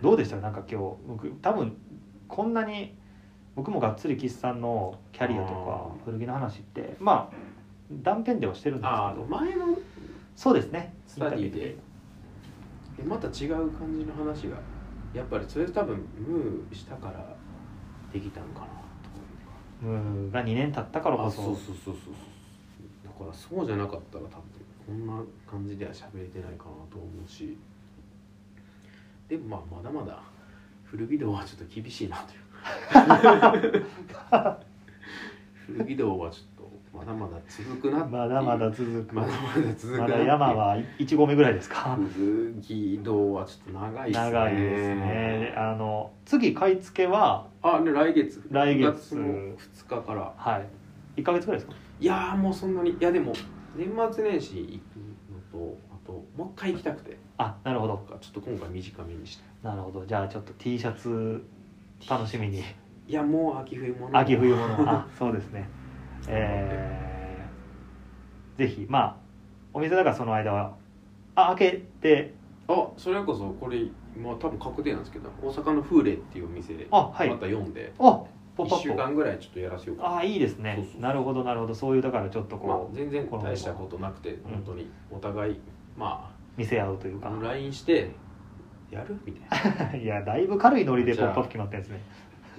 [SPEAKER 3] どうでしたなんか今日僕多分こんなに僕もがっつり岸さんのキャリアとか
[SPEAKER 2] あー
[SPEAKER 3] 古着の話ってまあ断片ではしてるんです
[SPEAKER 2] あ
[SPEAKER 3] けど
[SPEAKER 2] 前の
[SPEAKER 3] そうですね
[SPEAKER 2] スタディででまた違う感じの話がやっぱりそれ多分ムーしたからできたのかなというか
[SPEAKER 3] ムーが2年経ったからこ
[SPEAKER 2] あ
[SPEAKER 3] そ
[SPEAKER 2] そうそうそうそうそうだからそうじゃなかったら多分こんな感じでは喋れてないかなと思うしでもまあまだまだ古着道はちょっと厳しいなという古着道はちょっとまだまだ続くなっていう
[SPEAKER 3] まだまだ続く
[SPEAKER 2] まだまだ続くな
[SPEAKER 3] ま
[SPEAKER 2] って
[SPEAKER 3] だ
[SPEAKER 2] いう
[SPEAKER 3] 山は1合目ぐらいですか
[SPEAKER 2] 古着道はちょっと長いっすね
[SPEAKER 3] 長いですねあの次買い付けは
[SPEAKER 2] あで来月
[SPEAKER 3] 来月
[SPEAKER 2] 2日から
[SPEAKER 3] はい1か月ぐらいですか
[SPEAKER 2] いやーもうそんなにいやでも年末年始行くのとあともう一回行きたくて
[SPEAKER 3] あなるほ
[SPEAKER 2] な
[SPEAKER 3] ど
[SPEAKER 2] んかちょっと今回短めにした
[SPEAKER 3] なるほどじゃあちょっと T シャツ楽しみに
[SPEAKER 2] いやもう秋冬もの
[SPEAKER 3] 秋冬物 あそうですねえー、ぜひまあお店だからその間はあ開けて
[SPEAKER 2] あそれこそこれまあ多分確定なんですけど大阪の風鈴っていうお店で
[SPEAKER 3] あ
[SPEAKER 2] ま
[SPEAKER 3] はい
[SPEAKER 2] た読んで、
[SPEAKER 3] あポッ
[SPEAKER 2] 一
[SPEAKER 3] プ
[SPEAKER 2] 1
[SPEAKER 3] ア
[SPEAKER 2] 週
[SPEAKER 3] ップ
[SPEAKER 2] 間ぐらいちょっとやらせようかな
[SPEAKER 3] あいいです
[SPEAKER 2] そう
[SPEAKER 3] ね
[SPEAKER 2] そうそう
[SPEAKER 3] なるほどなるほどそういうだからちょっと
[SPEAKER 2] まあ
[SPEAKER 3] こ、う
[SPEAKER 2] 全然大したことなくて
[SPEAKER 3] ん
[SPEAKER 2] 本当にお互いま
[SPEAKER 3] 見せ合うという
[SPEAKER 2] あ
[SPEAKER 3] か
[SPEAKER 2] LINE してやるみたいない
[SPEAKER 3] やだいぶ軽いノリで「ポップアップ決まってるんですね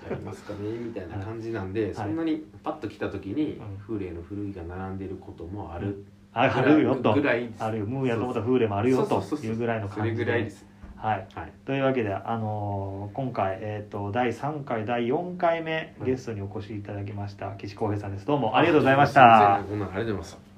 [SPEAKER 2] やりますかねみたいな感じなんで、そんなにパッと来た時に
[SPEAKER 3] うん
[SPEAKER 2] 風鈴の古着が並んでることもある
[SPEAKER 3] ああるよと
[SPEAKER 2] ぐらいです
[SPEAKER 3] あるよムーやと思ったらフーレもあるよ
[SPEAKER 2] そ
[SPEAKER 3] と
[SPEAKER 2] そそ
[SPEAKER 3] いうぐらいの感じ
[SPEAKER 2] そ
[SPEAKER 3] で
[SPEAKER 2] れぐらいです
[SPEAKER 3] はい、
[SPEAKER 2] はい
[SPEAKER 3] というわけで、あのー今回、えー、と第3回第4回目ゲストにお越しいただきました岸浩平さんですどうもありがとうございました。
[SPEAKER 2] こんなのありがとうございます